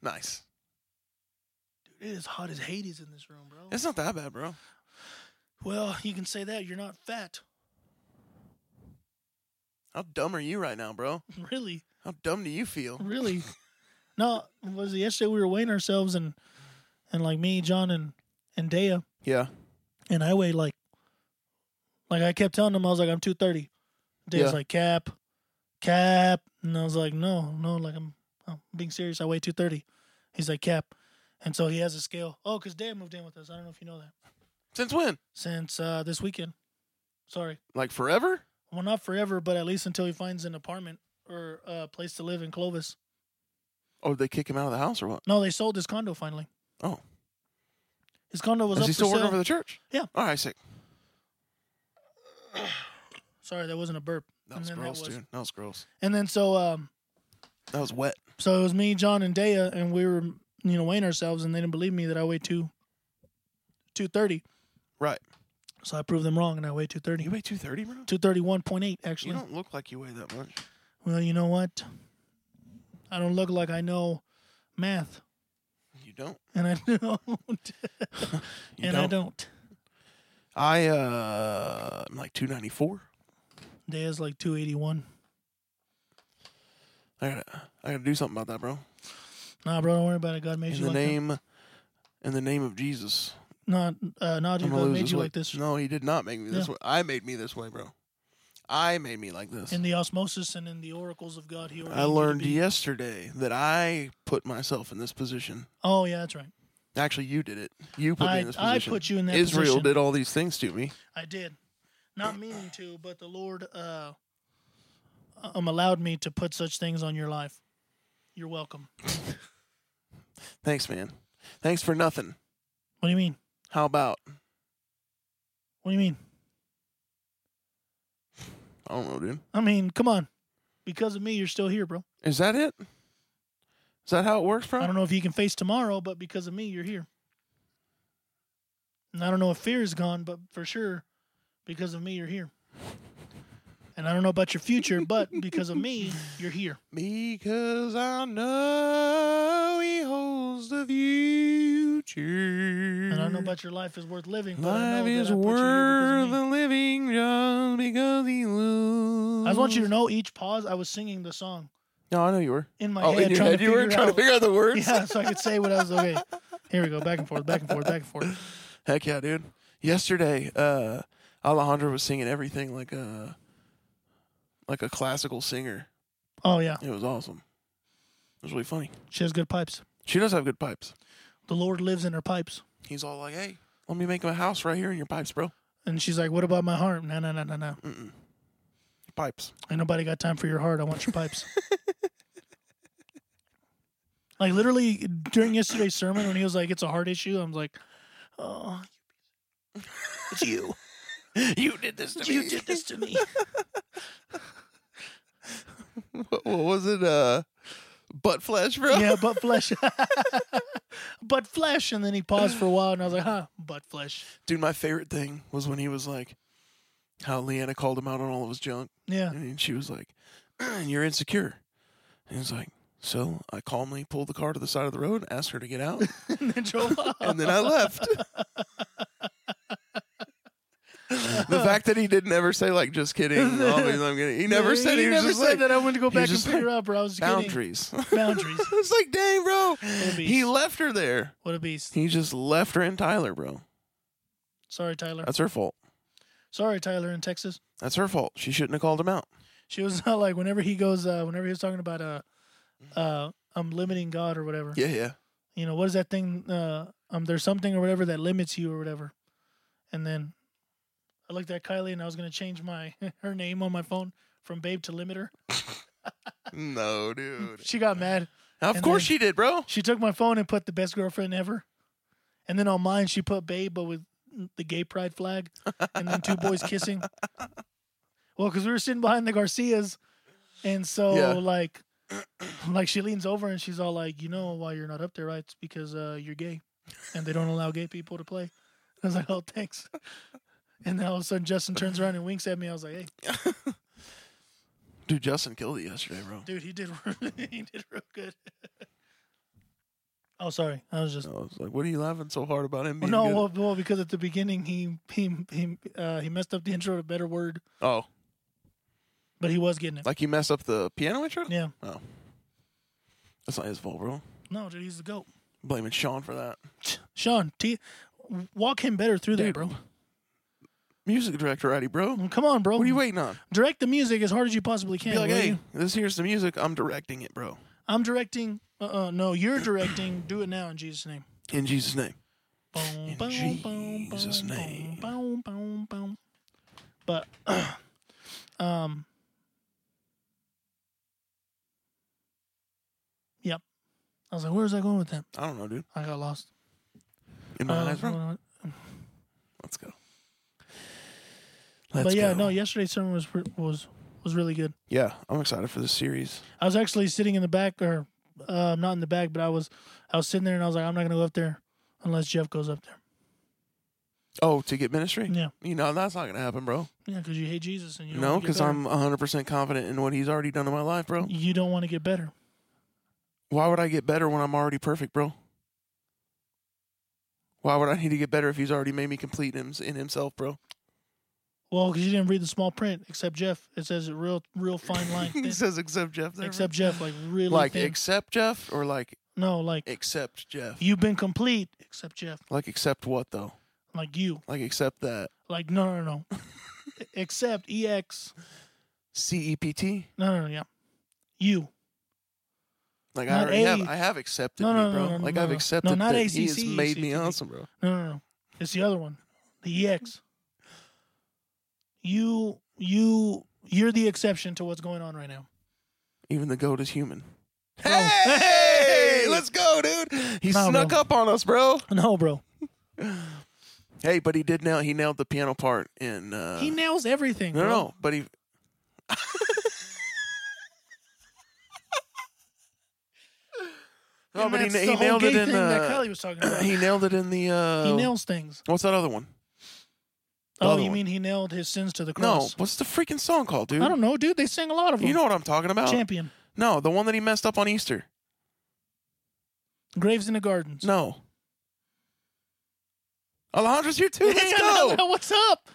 B: Nice.
A: dude, it is hot as Hades in this room, bro.
B: It's not that bad, bro.
A: Well, you can say that. You're not fat,
B: How dumb are you right now, bro?
A: really.
B: How dumb do you feel?
A: Really? no, was it yesterday we were weighing ourselves and and like me, John and and Dea,
B: Yeah.
A: and I weigh like Like I kept telling him, I was like, I'm 230. Dave's
B: Yeah.
A: like, Cap, Cap, and I was like, No, no, like I'm, I'm being serious. I weigh 230. He's like, Cap, and so he has a scale. Oh, because Dave moved in with us. I don't know if you know that.
B: Since when?
A: Since uh, this weekend. Sorry.
B: Like forever?
A: Well, not forever, but at least until he finds an apartment or a place to live in Clovis.
B: Or Oh, did they kick him out of the house or what?
A: No, they sold his condo finally.
B: Oh.
A: His condo was
B: Is
A: up
B: he
A: for
B: still working
A: sale.
B: for the church?
A: Yeah.
B: All right, sick.
A: Sorry, that wasn't a burp.
B: That
A: And
B: was
A: then that
B: gross,
A: was-
B: dude. That was gross.
A: And then so um
B: That was wet.
A: so it was me, John, and Dea, and we were you know weighing ourselves, and they didn't believe me that I weigh two two thirty.
B: Right.
A: So I proved them wrong, and I weigh two thirty.
B: You weigh 230, bro?
A: Two thirty one point eight
B: You
A: actually.
B: don't look like you weigh that much.
A: well, you know what? I don't look like I know math,
B: You don't.
A: and I <laughs> don't,
B: You
A: and
B: don't.
A: I don't.
B: I uh, I'm like 294.
A: Dea's like two eighty one.
B: I gotta, I gotta do something about that, bro.
A: Nah, bro, don't worry about it. God made
B: In
A: you
B: the
A: like
B: name, in the name of Jesus,
A: that. Not, uh, not
B: I'm
A: dude,
B: gonna
A: God
B: lose
A: made
B: this
A: you
B: weight.
A: like this.
B: No, he did not make me this
A: Yeah.
B: way. I made me this way, bro. I made me like this.
A: In the osmosis and in the oracles of God, he. ordained
B: I
A: you to
B: learned
A: be-
B: yesterday that I put myself in this position.
A: Oh yeah, that's right.
B: Actually, you did it. You put me
A: I,
B: in this
A: I
B: position.
A: put you in that
B: Israel
A: position.
B: did all these things to me.
A: I did, not meaning to, but the Lord uh, um allowed me to put such things on your life. You're welcome.
B: Thanks, man. Thanks for nothing.
A: What do you mean?
B: How about?
A: What do you mean?
B: I don't know, dude.
A: I mean, come on. Because of me, you're still here, bro.
B: Is that it? Is that how it works, bro?
A: I don't know if you can face tomorrow, but because of me, you're here. And I don't know if fear is gone, but for sure, because of me, you're here. And I don't know about your future, but because of me, you're here.
B: Because I know he holds the future.
A: And I don't know about your life is worth living. But I know
B: Life
A: that
B: is
A: I put you here because
B: worth
A: of me.
B: the living just because he loves.
A: I just want you to
B: Mm.
A: know each pause I was singing the song
B: No, I know you were.
A: in my
B: oh,
A: head
B: in your
A: trying
B: head,
A: to
B: you were
A: figure
B: trying to
A: out
B: figure out the words.
A: yeah, so I could say what I was okay. Here we go, back and forth, back and forth, back and forth.
B: Heck yeah, dude. Yesterday, uh, Alejandro was singing everything like a like a classical singer.
A: Oh yeah,
B: It was awesome. It was really funny.
A: she has good pipes.
B: She does have good pipes.
A: The Lord lives in her pipes,
B: He's all like, "Hey, let me make a house right here in your pipes, bro.
A: and she's like, "What about my heart? No, no, no, no, no.
B: Mm-mm. Your pipes."
A: Ain't nobody got time for your heart. I want
B: <laughs>
A: your pipes." like literally during yesterday's sermon, when he was like, "It's a heart issue," I'm like, "Oh, it's you.
B: You did this to <laughs>
A: You did this to me."
B: What what was it? Uh, butt flesh, bro.
A: yeah, butt flesh. <laughs> butt flesh. And then he paused for a while, and I was like, huh, butt flesh.
B: Dude, my favorite thing was when he was like, how Leanna called him out on all of his junk,
A: Yeah.
B: and she was like, "Mm, "You're insecure," and he's like. So I calmly pulled the car to the side of the road, asked her to get out,
A: and
B: <laughs>
A: then drove off.
B: and then I left. <laughs> <laughs> the fact that he didn't ever say like "just <laughs> kidding," always I'm kidding. He never said he,
A: he
B: was
A: never
B: just
A: said
B: like
A: that I wanted to go
B: he was
A: back and
B: just
A: pick her up, or I was kidding.
B: boundaries. <laughs>
A: Boundaries.
B: it's like, dang, bro,
A: What a
B: he
A: beast.
B: left her there.
A: What a beast.
B: He just left her and Tyler, bro.
A: Sorry, Tyler.
B: That's her fault.
A: Sorry, Tyler in Texas.
B: That's her fault. She shouldn't have called him out.
A: She was <laughs> uh, like, whenever he goes, uh, whenever he was talking about, uh, uh, I'm limiting God or whatever.
B: Mm-hmm. Yeah, yeah.
A: You know, what is that thing? Uh, um, there's something or whatever that limits you or whatever. And then I looked at Kylie and I was going to change my <laughs> her name on my phone from Babe to Limiter.
B: No, dude.
A: She got mad.
B: Of
A: And
B: course
A: then-
B: she did, bro.
A: She took my phone and put the best girlfriend ever. And then on mine, she put babe, but with the gay pride flag. And then two boys kissing. Well, because we were sitting behind the Garcias. And so,
B: Yeah.
A: like, <clears throat> like she leans over and she's all like, you know why you're not up there, right? It's because uh, you're gay. And they don't allow gay people to play. I was like, oh, thanks. <laughs> And then all of a sudden, Justin turns around and winks at me. I was like, hey,
B: Dude, Justin killed it yesterday, bro.
A: dude, he did, <laughs> he did real good. <laughs> oh, sorry. I was just
B: I was like, what are you laughing so hard about him? Being
A: Well, no,
B: good?
A: well, well, because at the beginning he he he uh, he messed up the intro to Better Word,
B: oh,
A: but he was getting it.
B: like he messed up the piano intro.
A: Yeah,
B: That's not his fault, bro.
A: no, dude, he's the goat.
B: Blaming Sean for that.
A: Sean, t- walk him better through that,
B: Dude.
A: bro.
B: music director already, bro.
A: Well, Come on, bro.
B: What are you waiting on?
A: Direct the music as hard as you possibly can.
B: Be like,
A: will
B: hey,
A: you?
B: this here's the music. I'm directing it, bro.
A: I'm directing. Uh, uh no, you're directing. Do it now in Jesus' name.
B: In Jesus' name.
A: Boom,
B: In
A: boom, boom,
B: Jesus'
A: boom,
B: name.
A: boom, boom, boom. But, <clears throat> um, yep. I was like, "Where's I going with that?"
B: I don't know, dude.
A: I got lost.
B: In my
A: Uh,
B: eyes, bro.
A: but
B: Let's go. Let's
A: yeah,
B: go.
A: no. Yesterday's sermon was pre- was was really good.
B: Yeah, I'm excited for this series.
A: I was actually sitting in the back, or uh, not in the back, but I was I was sitting there, and I was like, "I'm not gonna go up there unless Jeff goes up there."
B: Oh, to get ministry?
A: Yeah,
B: You know, that's not going to happen, bro.
A: yeah, because you hate Jesus, and you
B: No,
A: don't
B: no,
A: wanna get
B: because
A: better.
B: I'm 100% confident in what he's already done in my life, bro.
A: you don't want to get better.
B: Why would I get better when I'm already perfect, bro? Why would I need to get better if he's already made me complete in, in himself, bro?
A: Well, because you didn't read the small print, except Jeff. It says a real,
B: <laughs>
A: real fine line.
B: he
A: thin-
B: says, except Jeff. there, bro.
A: except Jeff, like really
B: Like,
A: thin.
B: accept Jeff or like,
A: no, like
B: accept Jeff?
A: you've been complete, except Jeff.
B: Like, accept what, though?
A: Like you,
B: Like, accept that
A: like no, no,
B: <laughs>
A: no, except ex.
B: E CEPT?
A: No, no, no, yeah, you.
B: Like, I
A: Not
B: already have.
A: A.
B: I have accepted
A: No,
B: me,
A: no, no,
B: bro.
A: no, no,
B: like,
A: no,
B: I've
A: no.
B: accepted
A: No, not
B: that he has
A: ACC,
B: made me
A: CCT.
B: awesome, bro.
A: No, no, no, it's the other one, the ex. You, you, you're the exception to what's going on right now.
B: Even the goat is human.
A: Bro.
B: Hey, let's go, dude. He
A: Nah,
B: snuck
A: bro.
B: up on us, bro.
A: No, bro,
B: Hey, but he did nail. He nailed the piano part in. Uh,
A: he nails everything.
B: no,
A: bro.
B: no, but
A: <laughs>
B: he. no,
A: And
B: but he,
A: that's
B: na-
A: the
B: he
A: whole
B: nailed
A: gay
B: it in.
A: thing that
B: Uh, <clears throat>
A: Kylie was talking about.
B: he nailed it in the. Uh,
A: he nails things.
B: What's that other one? The
A: Oh,
B: other
A: you
B: one.
A: mean he nailed his sins to the
B: No,
A: cross?
B: what's the freaking song called, dude?
A: I don't know, dude. They sing a lot of them.
B: You know what I'm talking about?
A: Champion,
B: No, the one that he messed up on Easter.
A: Graves in the Gardens.
B: No. Alejandro's here
A: <laughs>
B: too.
A: Yeah,
B: Let's
A: no,
B: go.
A: no, what's up?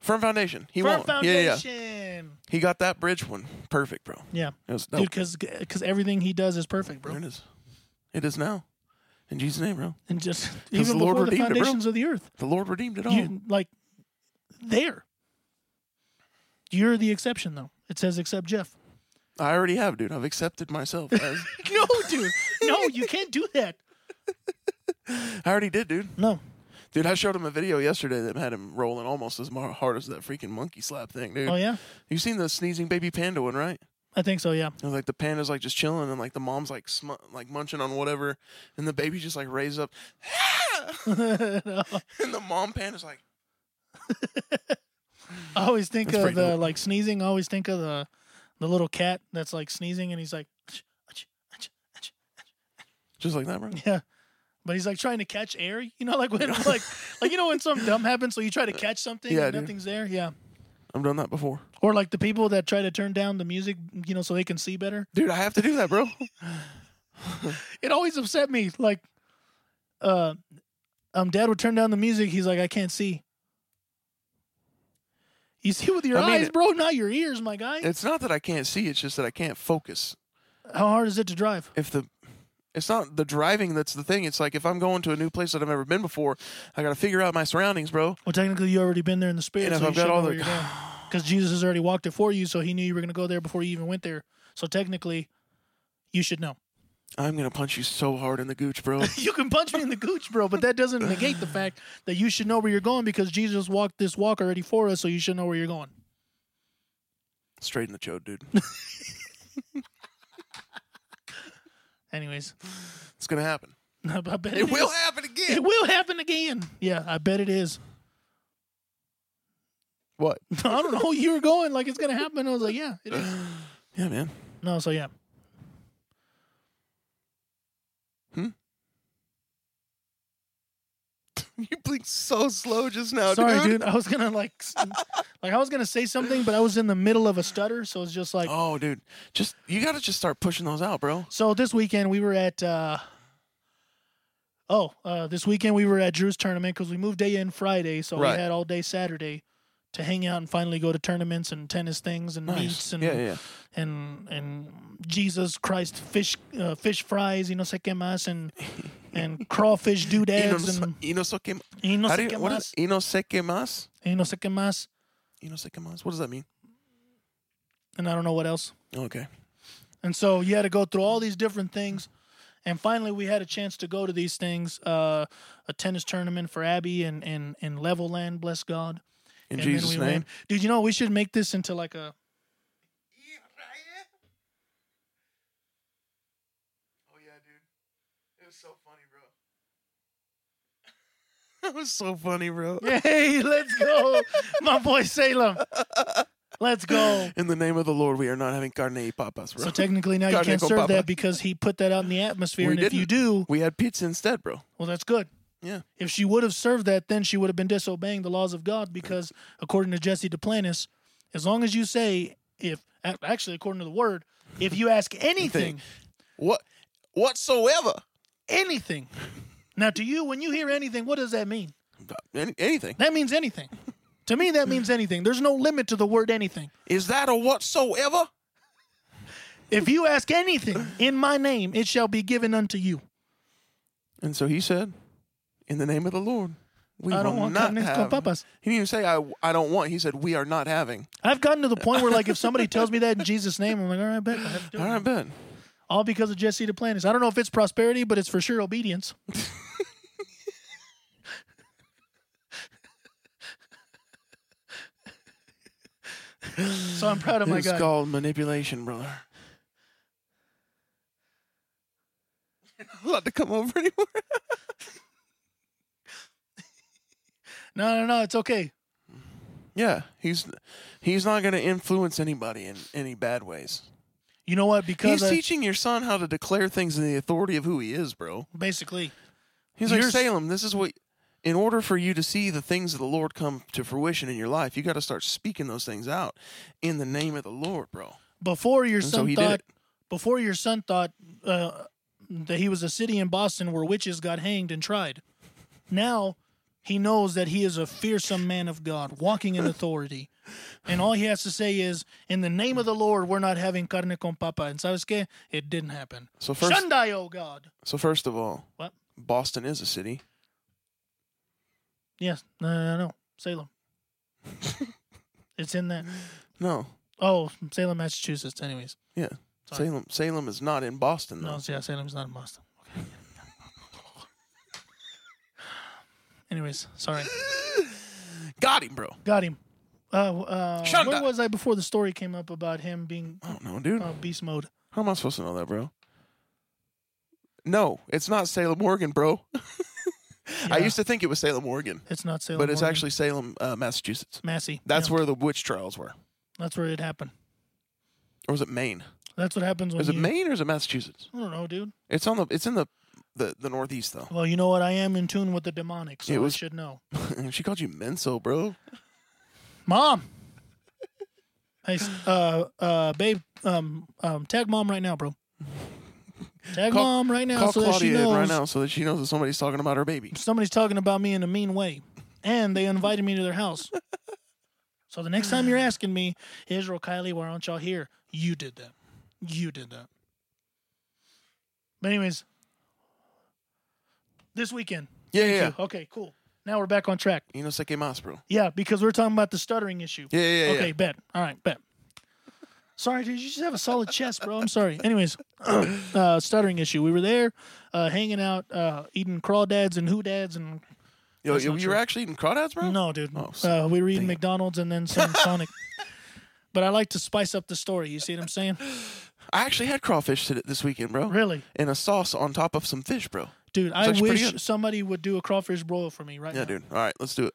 B: Firm foundation. He
A: Firm
B: won't.
A: Foundation.
B: Yeah, yeah.
A: Yeah,
B: He got that bridge one perfect, bro. It was dope.
A: dude, because everything he does is perfect, bro.
B: There it is. It is now. In Jesus' name, bro.
A: And just
B: the
A: even
B: Lord
A: before the
B: redeemed it, bro.
A: foundations of the earth,
B: The Lord redeemed it all.
A: you like there. You're the exception, though. It says except
B: <laughs>
A: Jeff.
B: I already have, dude. I've accepted myself.
A: <laughs>
B: As,
A: No, dude. No, you can't do that.
B: I already did, dude.
A: No.
B: Dude, I showed him a video yesterday that had him rolling almost as mar- hard as that freaking monkey slap thing, dude.
A: Oh yeah,
B: You seen the sneezing baby panda one, right?
A: I think so. Yeah. <laughs>
B: It was like the panda's like just chilling, and like the mom's like sm- like munching on whatever, and the baby just like raises up,
A: No.
B: and the mom panda's like,
A: I always think
B: That's
A: of
B: pretty
A: the
B: dope.
A: like sneezing. I always think of the the little cat that's like sneezing and he's like, <laughs> "Ach, ach, ach, ach."
B: just like that, bro.
A: yeah, but he's like trying to catch air. You know, <laughs> like when like like you know when something dumb happens, so you try to catch something
B: Yeah,
A: and
B: dude.
A: nothing's there. Yeah,
B: I've done that before,
A: or like the people that try to turn down the music, you know, so they can see better.
B: dude. I have to do that, bro.
A: It always upset me. Like, uh, um, Dad would turn down the music. He's like, I can't see. You see with your
B: I mean-
A: eyes, bro, not your ears, my guy.
B: it's not that I can't see; it's just that I can't focus.
A: How hard is it to drive?
B: if the it's not the driving that's the thing. It's like if I'm going to a new place that I've never been before, I got to figure out my surroundings, bro.
A: Well, technically, you already been there in the spirit,
B: And if
A: so you
B: I've got
A: should
B: all
A: know
B: the-
A: where you're going. Because Jesus has already walked it for you, so He knew you were going to go there before you even went there. So technically, you should know. <laughs>
B: I'm gonna punch you so hard in the gooch, bro.
A: You can punch me in the gooch, bro, but that doesn't negate the fact that you should know where you're going because Jesus walked this walk already for us, so you should know where you're going.
B: Straight in the chode,
A: <laughs>
B: dude.
A: Anyways, <laughs>
B: It's gonna happen.
A: I bet
B: It will
A: is.
B: happen
A: It <laughs>
B: again.
A: will happen again. Yeah, I bet it is. <laughs>
B: What?
A: I don't know. You were going like it's going to happen. I was like, yeah, it is.
B: Yeah,
A: <laughs>
B: man.
A: No, so yeah.
B: You blinked so slow just now,
A: Sorry, dude. I was gonna like, s- <laughs> like I was gonna say something, but I was in the middle of a stutter, so it's just like.
B: Oh, dude. Just you gotta just start pushing those out, bro.
A: So this weekend we were at. uh Oh, uh, this weekend we were at Drew's tournament because we moved day in Friday, so
B: Right.
A: we had all day Saturday to hang out and finally go to tournaments and tennis things and meets
B: Nice.
A: and
B: Yeah, yeah. yeah. <laughs>
A: and and Jesus Christ fish uh, fish fries, you know, se que más and and crawfish doodads and
B: Inosake.
A: y no
B: How do you,
A: sé qué
B: what is
A: más.
B: inosake mas?
A: y no sé qué más.
B: Inosake mas. What does that mean?
A: And I don't know what else.
B: Okay.
A: And so you had to go through all these different things. And finally, we had a chance to go to these things uh, a tennis tournament for Abby and, and, and Level Land, bless God.
B: In
A: and
B: Jesus'
A: we
B: name.
A: went- Dude, you know, we should make this into like a. <laughs>
B: Oh yeah, dude. It was so funny, bro. <laughs> that was so funny, bro.
A: Yay, let's go. My boy Salem. Let's go.
B: <laughs> In the name of the Lord, we are not having carne y papas, bro.
A: So technically now you
B: Carne
A: can't
B: con
A: serve
B: papa.
A: that because he put that out in the atmosphere.
B: We
A: and if you do,
B: we had pizza instead, bro.
A: well, that's good.
B: Yeah.
A: If she would have served that, then she would have been disobeying the laws of God because, according to Jesse Duplantis, as long as you say, if a- actually, according to the word, if
B: <laughs>
A: you ask anything,
B: What whatsoever.
A: anything. Now, to you, when you hear anything, what does that mean?
B: Any, anything.
A: That means anything. To me, that means anything. There's no limit to the word anything.
B: Is that a whatsoever?
A: If you ask anything in my name, it shall be given unto you.
B: And so he said, In the name of the Lord, we
A: I
B: will
A: don't want
B: not
A: carnes con
B: have.
A: papas.
B: He didn't even say I I don't want. He said we are not having.
A: I've gotten to the point where, like, if somebody tells me that in Jesus' name, I'm like, all right, bet. I have to do it.
B: All right, Ben.
A: All because of Jesse Duplantis. I don't know if it's prosperity, but it's for sure obedience. so I'm proud of my
B: it's
A: guy.
B: called manipulation, brother. You're not allowed to come over anymore.
A: No, no, no, it's okay.
B: Yeah, he's he's not going to influence anybody in any bad ways.
A: You know what? Because
B: He's
A: I,
B: teaching your son how to declare things in the authority of who he is, bro.
A: basically,
B: He's like
A: Yours-
B: Salem. This is what. In order for you to see the things of the Lord come to fruition in your life, you got to start speaking those things out in the name of the Lord, bro.
A: before your
B: And so
A: son
B: he did
A: thought,
B: it.
A: before your son thought uh, that he was a city in Boston where witches got hanged and tried. Now he knows that he is a fearsome man of God, walking in authority, and all he has to say is, "In the name of the Lord, we're not having carne con papa." And sabes que? It didn't happen.
B: So first,
A: Shundai, oh God.
B: so first of all,
A: What?
B: Boston is a city.
A: Yes, no, no, no, no. Salem. it's in that.
B: No,
A: Oh, Salem, Massachusetts. Anyways,
B: yeah,
A: Sorry.
B: Salem. Salem is not in Boston though.
A: No, yeah, Salem's not in Boston. Okay. Anyways, sorry.
B: <gasps> Got him, bro.
A: Got him. Uh, uh,
B: Shonda.
A: where was I before the story came up about him being
B: I don't know, dude.
A: uh, beast mode?
B: How am I supposed to know that, bro? No, it's not Salem, Oregon, bro. I
A: Yeah,
B: used to think it was Salem, Oregon,
A: It's not Salem,
B: but it's
A: Oregon.
B: actually Salem, uh, Massachusetts.
A: Massey.
B: That's
A: Yeah,
B: where the witch trials were,
A: that's where it happened.
B: or was it Maine?
A: That's what happens when
B: Is it
A: you.
B: Maine or is it Massachusetts?
A: I don't know, dude.
B: It's on the. It's in the the, the northeast though.
A: Well, you know what? I am in tune with the demonic, so
B: It was-
A: I should know.
B: <laughs> she called you Menso, bro.
A: Mom. Hey, s- uh, uh, babe, um, um, tag mom right now, bro. Tag
B: Call-
A: mom right now,
B: Call
A: so that she
B: Claudia in
A: knows.
B: right now so that she knows that somebody's talking about her baby.
A: somebody's talking about me in a mean way, and they invited me to their house. so the next time you're asking me, Israel, Kylie, why aren't y'all here? You did that. You did that. But anyways, this weekend.
B: Yeah,
A: Thank
B: yeah.
A: you. Okay, cool. Now we're back on track.
B: You know, Seke Mas, bro.
A: Yeah, because we're talking about the stuttering issue.
B: Yeah, yeah, yeah.
A: okay, bet. All right, bet. Sorry, dude. You just have a solid chest, bro. I'm sorry. Anyways, <clears throat> uh, stuttering issue. We were there, uh, hanging out, uh, eating crawdads and hoodads and
B: Yo,
A: That's
B: you,
A: not
B: you were
A: true.
B: actually eating crawdads, bro?
A: No, dude.
B: Oh,
A: uh, we were eating
B: dang it.
A: McDonald's and
B: <laughs>
A: then some Sonic. But I like to spice up the story. You see what
B: <laughs>
A: I'm saying?
B: I actually had crawfish today, this weekend, bro.
A: Really,
B: And a sauce on top of some fish, bro.
A: dude. I
B: actually pretty
A: wish
B: good.
A: somebody would do a crawfish broil for me right
B: Yeah,
A: now.
B: dude. All right, let's do it.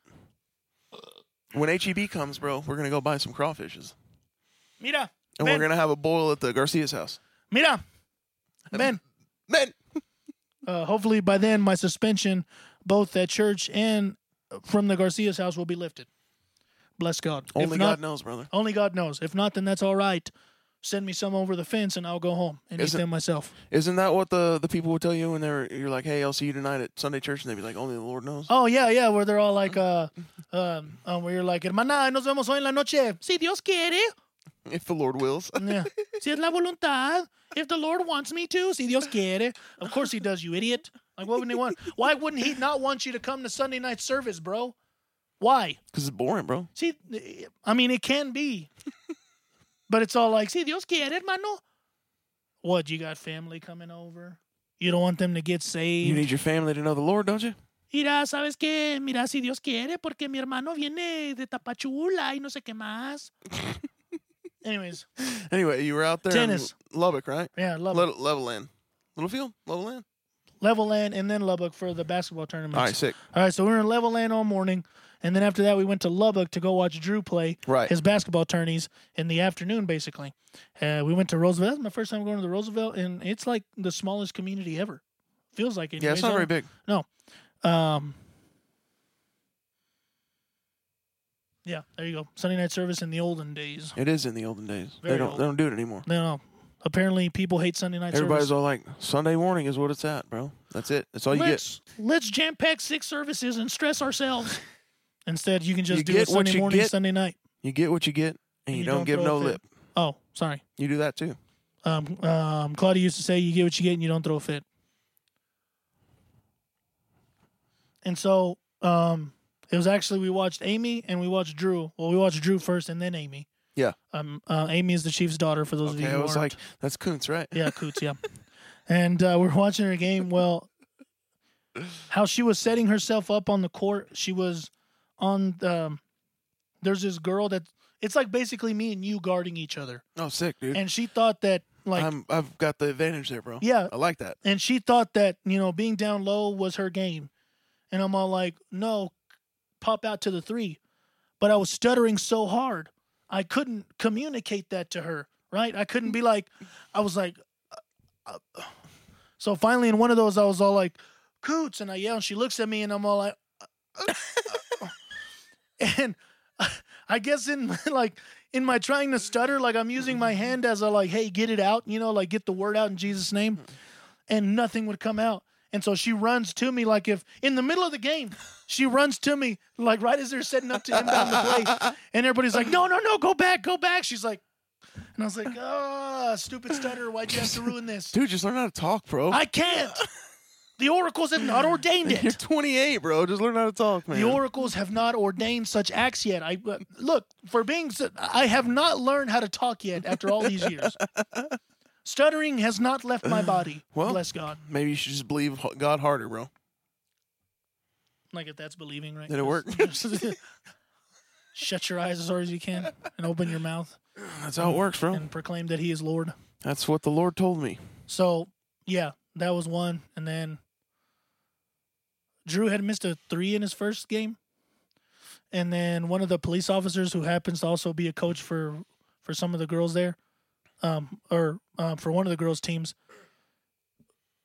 B: When HEB comes, bro, we're going to go buy some crawfishes.
A: Mira,
B: And
A: Ben.
B: we're going to have a boil at the Garcia's house.
A: mira, man.
B: Man,
A: Uh, hopefully by then my suspension, both at church and from the Garcia's house, will be lifted. Bless God.
B: only
A: if not,
B: God knows, brother.
A: only God knows. If not, then that's all right. Send me some over the fence and I'll go home and
B: Isn't-
A: eat them myself.
B: Isn't that what the, the people would tell you when they're you're like, hey, I'll see you tonight at Sunday church? And they'd be like, only the Lord knows.
A: Oh yeah, yeah, where they're all like, uh, um, um, where you're like, hermana, nos vemos hoy en la noche. Si Dios quiere.
B: If the Lord wills.
A: Yeah. si es la voluntad. If the Lord wants me to, si Dios quiere. Of course he does, you idiot. Like, what wouldn't he want? Why wouldn't he not want you to come to Sunday night service, bro? Why?
B: Because it's boring, bro.
A: See, I mean, it can be, but it's all like, see, Dios quiere, hermano. What, you got family coming over? You don't want them to get saved?
B: You need your family to know the Lord, don't you?
A: Mira, ¿sabes qué? Mira, si Dios quiere, porque mi hermano viene de Tapachula y no sé qué más. Anyways,
B: Anyway, you were out there
A: Tennis.
B: in Lubbock, right?
A: yeah, Lubbock.
B: Level, level in. Littlefield? Level in?
A: Level Land and then Lubbock for the basketball tournament.
B: All right, sick.
A: All right, so we were in Level Land all morning. And then after that, we went to Lubbock to go watch Drew play
B: Right.
A: his basketball tourneys in the afternoon, basically. Uh, we went to Roosevelt. That's my first time going to the Roosevelt, and it's like the smallest community ever. Feels like it.
B: yeah, it's not very big.
A: Um, yeah, there you go. Sunday night service in the olden days.
B: It is in the olden days.
A: Very
B: they don't
A: old.
B: they don't do it anymore.
A: No, no. Apparently, people hate Sunday night
B: Everybody's
A: service.
B: all like, Sunday morning is what it's at, bro. That's it. That's all you get.
A: let's let's jam pack six services and
B: <laughs>
A: stress ourselves. Instead, you can just
B: You
A: do
B: get
A: it
B: what
A: Sunday
B: you
A: morning,
B: get.
A: Sunday night.
B: You get what you get, and you, don't, give
A: throw
B: no
A: a fit.
B: lip.
A: Oh, sorry.
B: You do that too.
A: Um, um, Claudia used to say, "You get what you get, and you don't throw a fit." And so, um, it was actually we watched Amy and we watched Drew. Well, we watched Drew first and then Amy.
B: Yeah.
A: Um, uh, Amy is the Chiefs' daughter. For those of you,
B: Okay, I
A: who
B: was
A: aren't.
B: like, that's Koontz, right?
A: Yeah, Coots, yeah. And uh, we're watching her game. Well, how she was setting herself up on the court, she was on the. There's this girl that it's like basically me and you guarding each other,
B: Oh, sick, dude.
A: and she thought that like
B: I'm, I've got the advantage there, bro.
A: yeah,
B: I like that.
A: and she thought that you know being down low was her game, and I'm all like, no, pop out to the three, but I was stuttering so hard I couldn't communicate that to her. Right, I couldn't be like, I was like, uh, uh. so finally in one of those I was all like, coots, and I yell, and she looks at me, and I'm all like, uh, uh, <laughs> and I guess in <laughs> like in my trying to stutter, like I'm using my hand as a like, hey, get it out, you know, like get the word out in Jesus' name and nothing would come out. And so she runs to me like if in the middle of the game, she runs to me like right as they're setting up to inbound the play, and everybody's like, "No, no, no, go back, go back." She's like, and I was like, "Ah, stupid stutter, why'd you have to ruin
B: <laughs>
A: this?
B: Dude, just learn how to talk, bro.
A: I
B: <laughs>
A: can't. The oracles have not ordained
B: You're
A: it.
B: 28, bro. Just learn how to talk, man.
A: The oracles have not ordained such acts yet. I uh, look for being. s- I have not learned how to talk yet after all these
B: <laughs>
A: years. Stuttering has not left my body.
B: Well-
A: bless God.
B: Maybe you should just believe h- God harder, bro.
A: Like if that's believing, right?
B: Did it work?
A: <laughs> Shut your eyes as hard as you can and open your mouth
B: That's how it works, bro.
A: and proclaim that he is Lord.
B: That's what the Lord told me.
A: So yeah, that was one. And then Drew had missed a three in his first game. And then one of the police officers who happens to also be a coach for for some of the girls there, um, or um, for one of the girls' teams,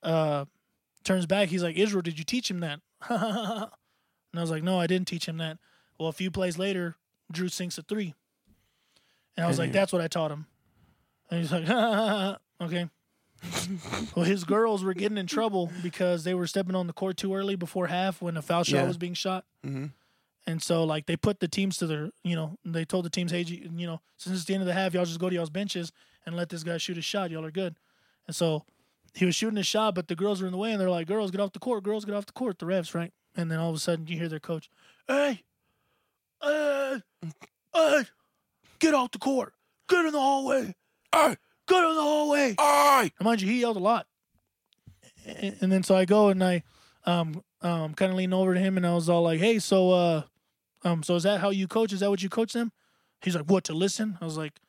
A: uh, turns back. He's like, Israel, did you teach him that? <laughs> and I was like, No, I didn't teach him that. Well, a few plays later, Drew sinks a three. And I was
B: And
A: like,
B: you-
A: That's what I taught him. And he's like, <laughs> Okay. well, his girls were getting in trouble because they were stepping on the court too early before half when a foul shot
B: Yeah.
A: was being shot.
B: hmm
A: And so, like, they put the teams to their, you know, they told the teams, hey, you you know, since it's the end of the half, y'all just go to y'all's benches and let this guy shoot his shot. Y'all are good. And so he was shooting his shot, but the girls were in the way, and they're like, girls, get off the court. Girls, get off the court. The refs, right? And then all of a sudden, you hear their coach, hey, hey, hey, get off the court. Get in the hallway.
B: Hey,
A: Get in the hallway.
B: hey!
A: And mind you, he yelled a lot. And, and then so I go and I um um kind of lean over to him and I was all like, "Hey, so uh um so is that how you coach? Is that what you coach them?" He's like, "What to listen?" I was like,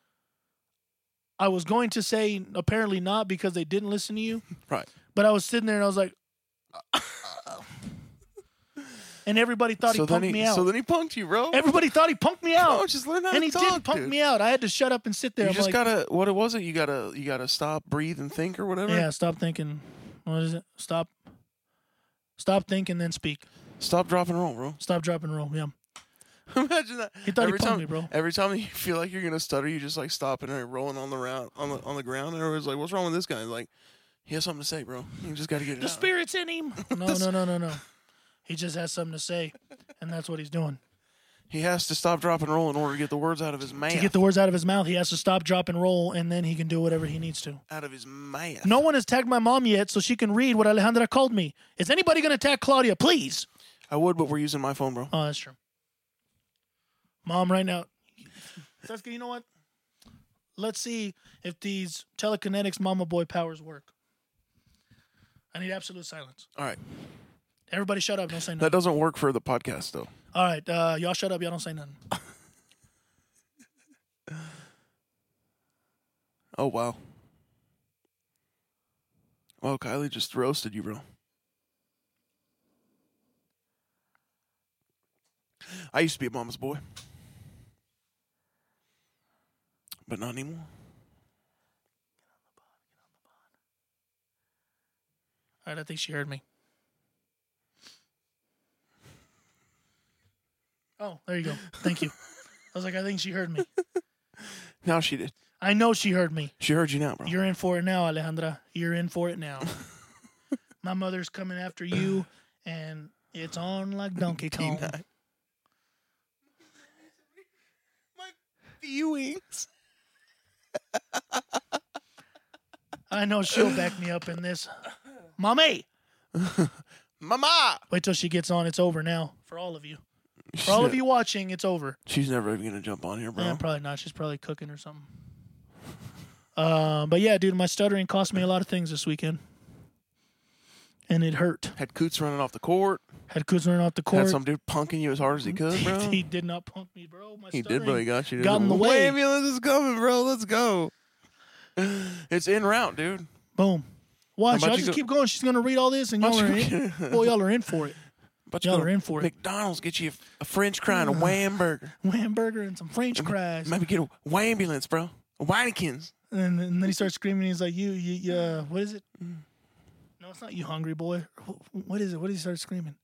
A: "I was going to say apparently not because they didn't listen to you."
B: <laughs> Right.
A: But I was sitting there and I was like <laughs> and everybody thought
B: so
A: he
B: then
A: punked
B: he,
A: me out.
B: so then he punked you, bro.
A: everybody thought he
B: <laughs>
A: punked me
B: no,
A: out.
B: just learn how
A: and
B: to
A: he
B: talk,
A: didn't punk
B: dude.
A: me out. I had to shut up and sit there.
B: You
A: I'm
B: just
A: like,
B: gotta. What it was it? You gotta. You gotta stop, breathe, and think, or whatever.
A: Yeah, stop thinking. What is it? Stop. Stop thinking, then speak.
B: Stop, drop, and roll, bro. <laughs>
A: Stop, drop, and roll. Yeah.
B: Imagine that.
A: He thought
B: every
A: he punked
B: time, <laughs>
A: me, bro.
B: every time you feel like you're gonna stutter, you just like stop and are rolling on the round on the on the ground, and everyone's like, "What's wrong with this guy?" Like, he has something to say, bro. You just gotta get it
A: The
B: out. <laughs>
A: spirit's in him. No, no, no, no, no. He just has something to say, and that's what he's doing.
B: He has to stop, drop, and roll in order to get the words out of his mouth.
A: To get the words out of his mouth, he has to stop, drop, and roll, and then he can do whatever he needs to.
B: out of his mouth.
A: No one has tagged my mom yet, so she can read what Alejandra called me. Is anybody going to tag Claudia, please?
B: I would, but we're using my phone, bro.
A: Oh, that's true. Mom, right now. Seska, you know what? Let's see if these telekinetics mama boy powers work. I need absolute silence.
B: All right.
A: Everybody shut up. Don't say
B: That
A: nothing.
B: doesn't work for the podcast, though.
A: All right. Uh, y'all shut up. Y'all don't say nothing.
B: Oh, wow. Well, Kylie just roasted you, bro. I used to be a mama's boy. But not anymore.
A: All right. I think she heard me. Oh, there you go. Thank you. I was like, I think she heard me.
B: Now she did.
A: I know she heard me.
B: She heard you now, bro.
A: You're in for it now, Alejandra. You're in for
B: <laughs>
A: it now. My mother's coming after you, and it's on like Donkey Kong.
B: T9. My viewings.
A: I know she'll back me up in this. Mommy!
B: Mama!
A: Wait till she gets on. It's over now for all of you. For all of you watching, it's over.
B: She's never even gonna jump on here, bro.
A: Yeah, probably not. She's probably cooking or something. Uh, but yeah, dude, my stuttering cost me a lot of things this weekend, and it hurt.
B: Had Coots running off the court.
A: Had Kuz running off the court.
B: Had
A: <laughs>
B: some dude punking you as hard as he could, bro.
A: he did not punk me, bro. My
B: He
A: stuttering
B: did, bro. He got you.
A: Got in the way.
B: Ambulance is coming, bro. Let's go. <sighs> It's en route, dude.
A: Boom. Watch,
B: about
A: y'all
B: you
A: just
B: go-
A: keep going. She's gonna read all this, and y'all
B: Why
A: are
B: don't
A: in.
B: you go-
A: Boy, y'all are in for it.
B: But
A: Y'all are in for it.
B: McDonald's get you a, a French fry
A: <sighs>
B: and a wham burger.
A: Wham burger and some French fries,
B: Maybe get a wambulance, bro. A Winekins.
A: and, and then he starts screaming. He's like, "You, you, you, uh, what is it?
B: Mm.
A: No, it's not you, hungry boy. Wh- What is it? What did he start screaming?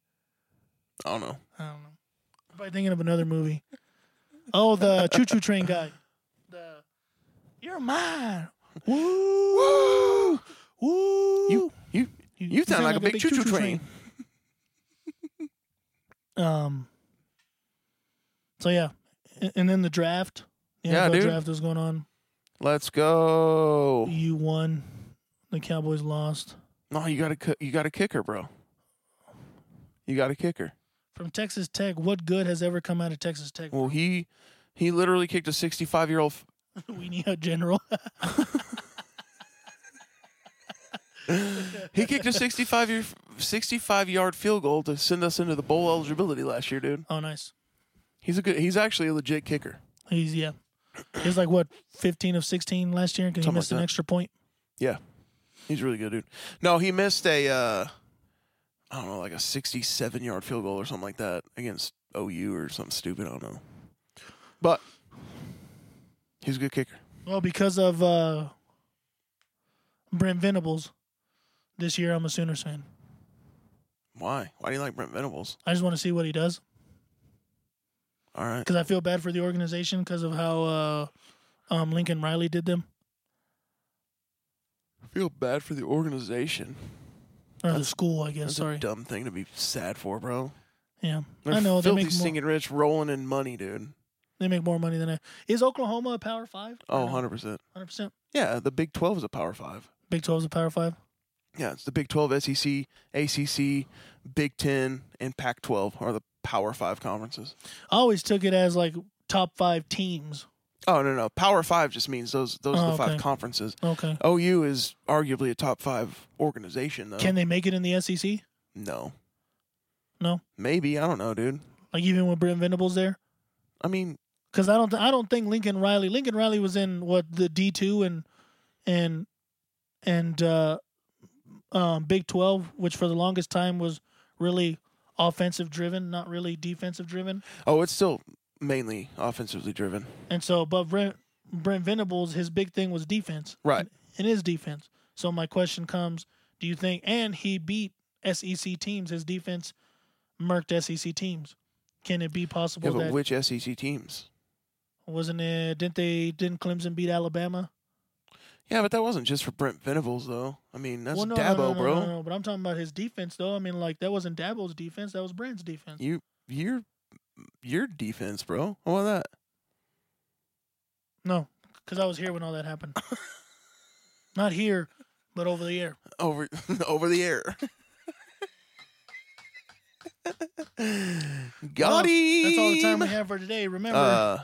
B: I don't know.
A: I don't know. I'm probably thinking of another movie. Oh,
B: <laughs>
A: the choo choo train guy. The you're mine.
B: Woo!
A: Woo.
B: You, you, you sound like a big choo-choo train.
A: um. So yeah, A- and then the draft. The
B: Yeah,
A: NFL
B: dude.
A: draft was going on.
B: Let's go.
A: You won. E The Cowboys lost.
B: No, you got to, you got to kick her, bro. You got to kick her.
A: From Texas Tech, what good has ever come out of Texas Tech? <laughs>
B: Well, he, he literally kicked a 65 year old. F-
A: we need a general. <laughs>
B: He kicked a 65 year 65 yard field goal to send us into the bowl eligibility last year, dude.
A: oh, nice.
B: He's a good he's actually a legit kicker.
A: He's yeah. He's like what, fifteen of sixteen last year because he
B: Something like
A: missed an
B: that.
A: extra point.
B: Yeah. He's really good, dude. No, he missed a uh I don't know, like a 67 yard field goal or something like that against OU or something stupid, I don't know. But he's a good kicker.
A: Well, because of uh, Brent Venables, this year I'm a Sooners fan.
B: Why? Why do you like Brent Venables?
A: I just want to see what he does
B: All right.
A: because I feel bad for the organization because of how uh, um, Lincoln Riley did them.
B: I feel bad for the organization.
A: Or the school, I guess.
B: That's
A: Sorry.
B: a dumb thing to be sad for, bro.
A: Yeah,
B: They're
A: I know they
B: filthy
A: make more,
B: stinking rich, rolling in money, dude.
A: they make more money than I. Is Oklahoma a Power Five?
B: Oh, 100%.
A: hundred percent.
B: Yeah, the Big 12 is a Power 5.
A: Big 12 is a Power Five.
B: Yeah, it's the Big E 12, SEC, ACC, Big 10, and Pac 12 are the Power 5 conferences.
A: I always took it as like top five teams.
B: Oh, no, no. Power 5 just means those those are
A: Oh,
B: the five
A: okay.
B: conferences.
A: Okay.
B: OU is arguably a top 5 organization though.
A: Can they make it in the E SEC?
B: no.
A: No.
B: Maybe, I don't know, dude.
A: Like even with Brent Venables there.
B: I mean,
A: because I don't I don't think Lincoln Riley Lincoln Riley was in what the D two and and and uh, um, Big Twelve, which for the longest time was really offensive driven, not really defensive driven.
B: oh, it's still mainly offensively driven.
A: And so, but Brent, Brent Venables, his big thing was defense,
B: Right.
A: and his defense. So my question comes: Do you think? And he beat SEC teams. His defense murked SEC teams. Can it be
B: Yeah,
A: possible
B: but
A: that
B: which SEC teams?
A: wasn't it? Didn't they? Didn't Clemson beat Alabama?
B: Yeah, but that wasn't just for Brent Venables though. I mean, that's
A: Well, no, no,
B: Dabo,
A: no, no,
B: bro.
A: No, no, but I'm talking about his defense, though. I mean, like that wasn't Dabo's defense; that was Brand's defense.
B: You you're your defense, bro. How about that?
A: No, because I was here when all that
B: <laughs>
A: happened. Not here, but over the air.
B: Over <laughs> over the air. Got him.
A: That's all the time we have for today. Remember,
B: Uh,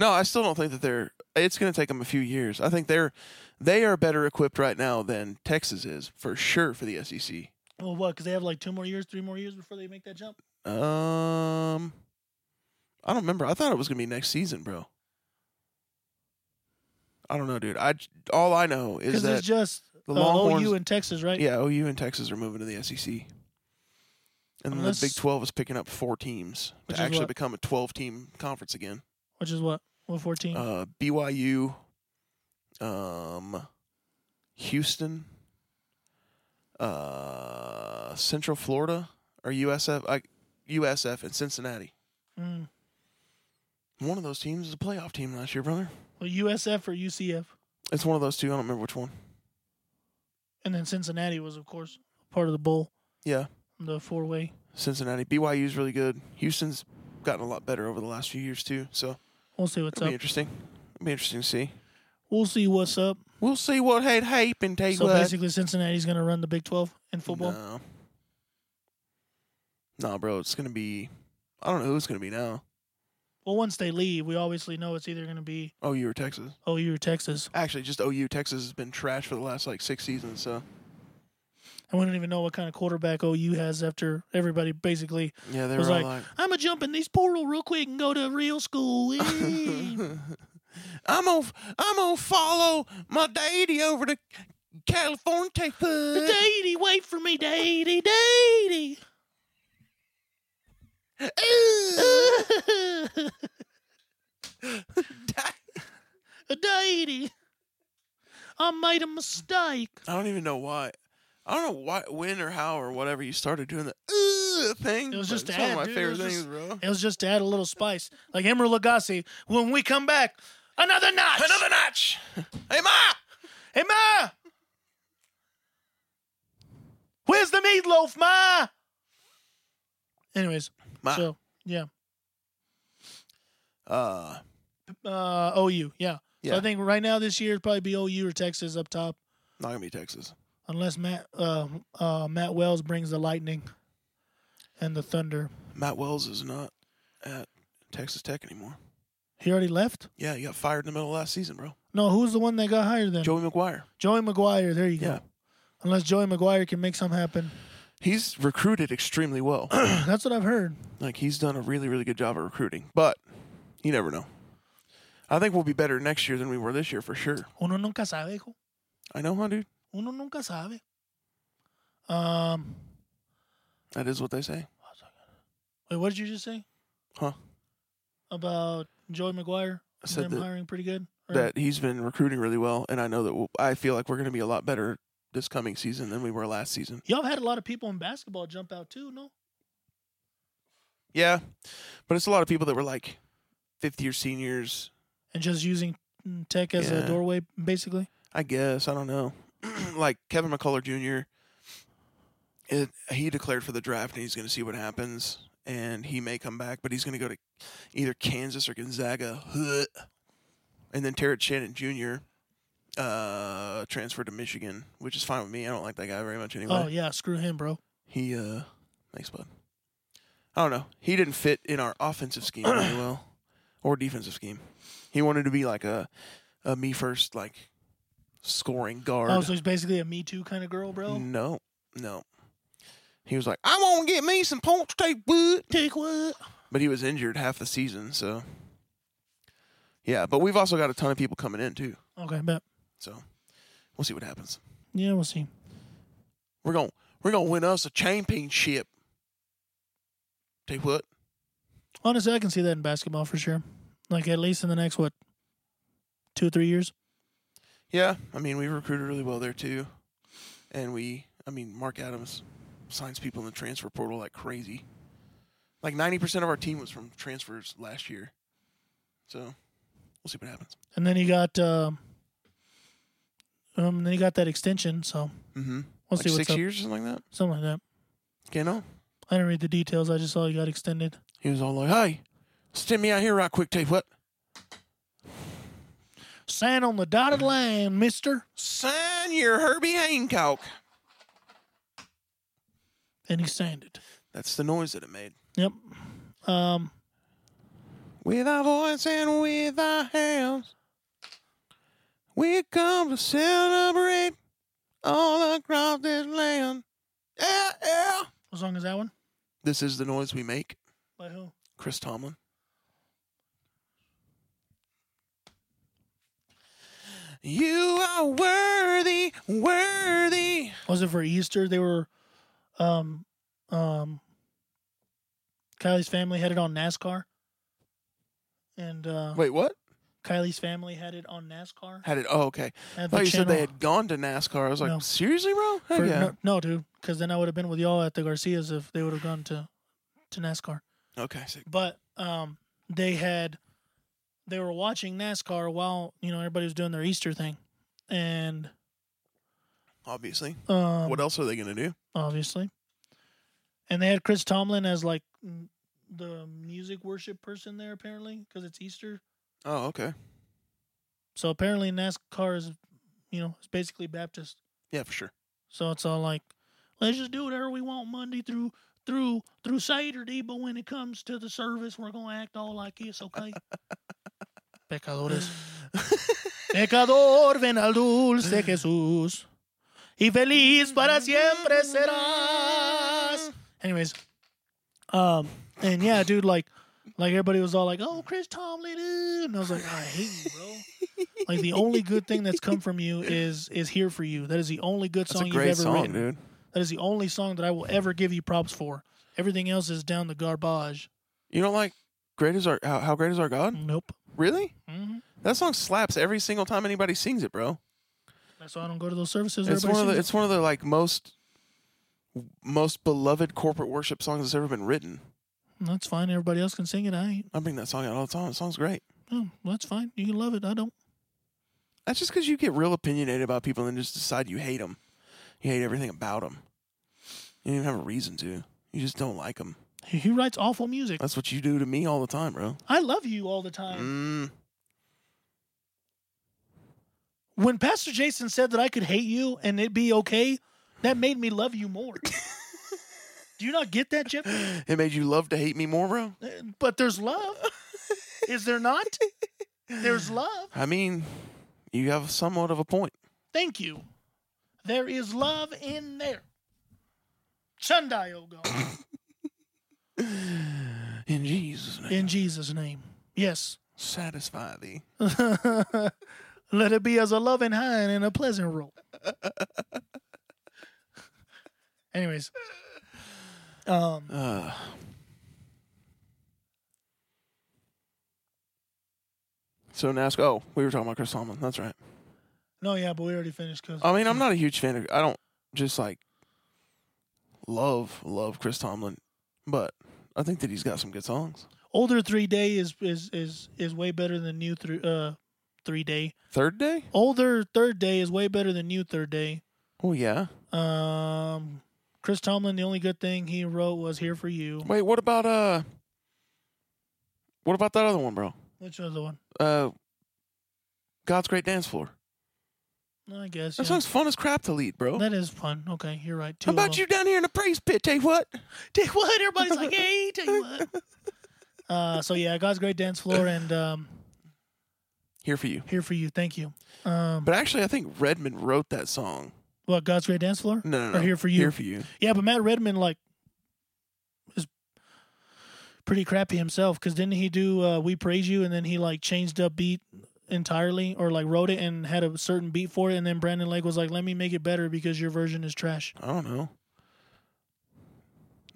B: no, I still don't think that they're. It's going to take them a few years. I think they're they are better equipped right now than Texas is for sure for the E SEC.
A: well, what? Because they have like two more years, three more years before they make that jump.
B: Um, I don't remember. I thought it was going to be next season, bro. I don't know, dude. I all I know is
A: Because
B: that
A: it's just
B: the
A: uh,
B: Longhorns-
A: OU in Texas, right?
B: yeah, OU and Texas are moving to the SEC, and then
A: Unless-
B: the Big Twelve is picking up four teams
A: Which
B: to
A: is
B: actually
A: what?
B: become a twelve-team conference again.
A: Which is what? What fourteen?
B: uh, BYU, um, Houston, uh, Central Florida, or USF, I, USF, and Cincinnati.
A: mm.
B: One of those teams is a playoff team last year, brother.
A: Well, USF or UCF,
B: It's one of those two. I don't remember which one.
A: and then Cincinnati was, of course, part of the bowl,
B: Yeah,
A: the four-way.
B: Cincinnati. BYU's really good. Houston's gotten a lot better over the last few years too. So
A: We'll see what's
B: it'll be
A: up.
B: interesting. It'll be interesting to see.
A: We'll see what's up.
B: We'll see what had happened. Take
A: So
B: what.
A: basically, Cincinnati's going to run the Big Twelve in football.
B: No. Nah, bro, it's gonna be. I don't know who it's gonna be now.
A: Well, once they leave, we obviously know it's either going to be
B: OU or Texas?
A: OU or Texas.
B: Actually, just OU. Texas has been trash for the last like six seasons. So
A: And we don't even know what kind of quarterback OU has after everybody basically,
B: yeah, they were
A: It was
B: all like,
A: I'm going to jump in these portal real quick and go to real school. Eh.
B: <laughs> "I'm gonna, I'm gonna follow my deity over to California." Texas.
A: Daddy, wait for me, Daddy, Daddy.
B: <laughs>
A: <laughs> Daddy, I made a mistake.
B: I don't even know why. I don't know why, when or how or whatever you started doing the uh, thing.
A: It was
B: but
A: just
B: it's
A: to
B: one of
A: add,
B: my
A: dude, it
B: favorite
A: was just-
B: things, bro.
A: It was just to add a little spice. Like Emeril Lagasse, when we come back, another notch.
B: Another notch. <laughs> hey, ma.
A: Hey, Ma! Where's the meatloaf, Ma? Anyways,
B: Ma.
A: so, yeah.
B: uh,
A: Uh, OU, yeah. So
B: Yeah.
A: I think right now this year it'd probably be OU or Texas up top,
B: not gonna be Texas.
A: unless Matt uh, uh, Matt Wells brings the lightning and the thunder.
B: Matt Wells is not at Texas Tech anymore.
A: He already left?
B: Yeah, he got fired in the middle of last season, bro.
A: No, who's the one that got hired then?
B: Joey McGuire.
A: Joey McGuire. There you go.
B: Yeah.
A: Unless Joey McGuire can make something happen. <clears throat>
B: He's recruited extremely well. <clears throat>
A: That's what I've heard.
B: like he's done a really, really good job at recruiting. But you never know. I think we'll be better next year than we were this year for sure.
A: Uno nunca sabe, hijo.
B: I know, huh, dude?
A: Uno nunca sabe. Um,
B: That is what they say.
A: wait, what did you just say?
B: Huh?
A: About Joey McGuire
B: I said
A: him
B: that,
A: hiring pretty good? Or-
B: that he's been recruiting really well, and I know that we'll, I feel like we're going to be a lot better this coming season than we were last season.
A: Y'all had a lot of people in basketball jump out too, no?
B: Yeah, but it's a lot of people that were like fifth year seniors,
A: And just using mm, tech as
B: Yeah.
A: a doorway, basically.
B: I guess I don't know. <clears throat> like Kevin McCullough Jr. It, he declared for the draft, and he's going to see what happens, and he may come back, but he's going to go to either Kansas or Gonzaga. Huh. And then Terrence Shannon Jr. Uh, transferred to Michigan, which is fine with me. I don't like that guy very much anyway.
A: Oh yeah, screw him, bro.
B: He uh, thanks, bud. I don't know. He didn't fit in our offensive scheme really well, or defensive scheme. He wanted to be like a, a me first like, scoring guard.
A: Oh, so he's basically a Me Too kind of girl, bro.
B: No, no. He was like, I want to get me some punch tape wood.
A: Take what?
B: But he was injured half the season, so. Yeah, but we've also got a ton of people coming in, too.
A: Okay, bet.
B: So we'll see what happens.
A: Yeah, we'll see.
B: We're going to we're gonna win us a championship. Tell you what,
A: Honestly, I can see that in basketball for sure. Like at least in the next what, two or three years.
B: Yeah, I mean we recruited really well there too, and we, I mean Mark Adams signs people in the transfer portal like crazy. Like ninety percent of our team was from transfers last year, so we'll see what happens.
A: And then he got, um, um, then he got that extension. So
B: Mm-hmm.
A: we'll
B: like
A: see what's
B: six
A: up.
B: years, something like that.
A: Something like that.
B: Okay, no.
A: I didn't read the details. I just saw he got extended.
B: He was all like, hey, send me out here right quick, tell you what.
A: Sign on the dotted line, mister.
B: Sign your Herbie Hancock.
A: And he signed it.
B: That's the noise that it made.
A: Yep. Um,
B: With our voice and with our hands, we come to celebrate all across this land. Yeah, yeah.
A: what song is that one?
B: This is the noise we make,
A: By who?
B: Chris Tomlin. You are worthy, worthy.
A: Was it for Easter? They were, um, um, Kylie's family had it on NASCAR. And uh,
B: Wait, what?
A: Kylie's family had it on NASCAR.
B: Had it? Oh, okay. I
A: At the
B: thought you said
A: channel.
B: they had gone to NASCAR. I was like,
A: No.
B: seriously, bro? Heck
A: For-
B: yeah.
A: no, no, dude, because then I would have been with y'all at the Garcias if they would have gone to, to NASCAR.
B: Okay, sick.
A: but um, they had they were watching NASCAR while you know everybody was doing their Easter thing, and
B: Obviously.
A: um,
B: what else are they gonna do?
A: obviously, and they had Chris Tomlin as like m- the music worship person there apparently because it's Easter.
B: Oh, okay.
A: So apparently NASCAR is you know it's basically Baptist.
B: Yeah, for sure.
A: So it's all like let's just do whatever we want Monday through through through Saturday, but when it comes to the service, we're gonna act all like it's okay. Pecadores. Pecador, ven al dulce Jesús. Y feliz para siempre serás. Anyways, um, and yeah, dude, like, like everybody was all like, "Oh, Chris Tomlin," ooh," and I was like, "I hate you, bro." like the only good thing that's come from you is is here for you. That is the only good
B: That's
A: song
B: a
A: you've
B: great
A: ever
B: song,
A: written.
B: dude.
A: That is the only song that I will ever give you props for. Everything else is down the garbage.
B: You don't like "Great Is Our How, How Great Is Our God"?
A: Nope.
B: Really?
A: hmm
B: That song slaps every single time anybody sings it, bro.
A: That's why I don't go to those services. where
B: It's one
A: everybody
B: of the
A: sings
B: it's one of the like most most beloved corporate worship songs that's ever been written.
A: it. That's fine. Everybody else can sing it. I ain't.
B: I bring that song out all the time. The song's great.
A: Oh, that's fine. You can love it. I don't.
B: That's just because you get real opinionated about people and just decide you hate them. You hate everything about them. You don't even have a reason to. You just don't like them.
A: He he writes awful music.
B: That's what you do to me all the time, bro.
A: I love you all the time.
B: Mm, <gasps>
A: When Pastor Jason said that I could hate you and it be okay, that made me love you more. Do you not get that, Jeff?
B: it made you love to hate me more, bro.
A: But there's love. Is there not? There's love.
B: I mean, you have somewhat of a point.
A: Thank you. There is love in there. Sunday, oh God.
B: In Jesus' name,
A: In Jesus' name. Yes. <laughs>
B: satisfy thee.
A: Let it be as a loving hind and a pleasant roll. Anyways. Um,
B: Uh, so NASCAR. Oh, we were talking about Chris Tomlin. That's right.
A: no, yeah, but we already finished. Cause
B: I mean, I'm not a huge fan of. I don't just like love love Chris Tomlin, but I think that he's got some good songs.
A: older three day is is is is way better than new three uh three day.
B: Third day?
A: Older third day is way better than new third day.
B: Oh yeah.
A: Um, Chris Tomlin, the only good thing he wrote was "Here for You."
B: Wait, what about uh? What about that other one, bro?
A: Which was the one?
B: Uh, God's Great Dance Floor.
A: I guess
B: That
A: yeah.
B: song's fun as crap to lead, bro.
A: that is fun. Okay, you're right. Two
B: How about you down here in the praise pit? Tell you what.
A: Tell you what, everybody's like, "Hey, tell you what."
B: <laughs>
A: Uh, so yeah, God's great dance floor and um,
B: Here for you.
A: here for you. Thank you. Um,
B: But actually, I think Redman wrote that song.
A: what God's great dance floor?
B: No, no, no.
A: Or Here For You.
B: Here for you.
A: Yeah, but Matt Redman like is pretty crappy himself because didn't he do uh, "We Praise You" and then he like changed up beat entirely or like wrote it and had a certain beat for it and then Brandon Lake was like, "Let me make it better because your version is trash."
B: I don't know.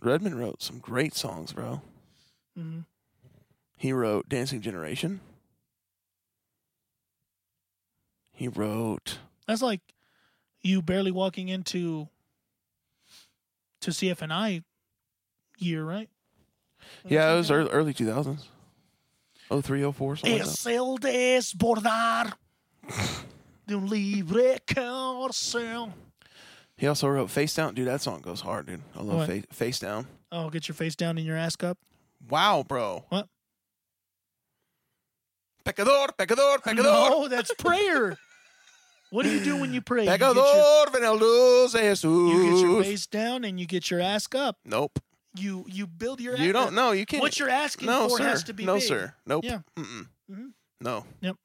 B: Redman wrote some great songs, bro.
A: hmm
B: He wrote Dancing Generation. He wrote.
A: That's like you barely walking into to CFNI year, right?
B: Yeah, it was early, early 2000s. 03, 04, something like that.
A: Es el desbordar de un libre corazón.
B: He also wrote Face Down. Dude, that song goes hard, dude. I love
A: What?
B: face, face Down.
A: Oh, get your face down and your ass up.
B: Wow, bro.
A: What?
B: Pecador, pecador, pecador.
A: No, <laughs> that's prayer. What do you do when you pray? You get, your,
B: Pecador, ven a luz Jesus.
A: you get your face down and you get your ask up.
B: nope.
A: You you build your.
B: You
A: ass
B: don't.
A: up.
B: No, you can't.
A: What you're asking
B: no,
A: for
B: sir.
A: has to be
B: no,
A: big.
B: sir. Nope.
A: Yeah.
B: Mm-mm.
A: Mhm.
B: No.
A: Yep.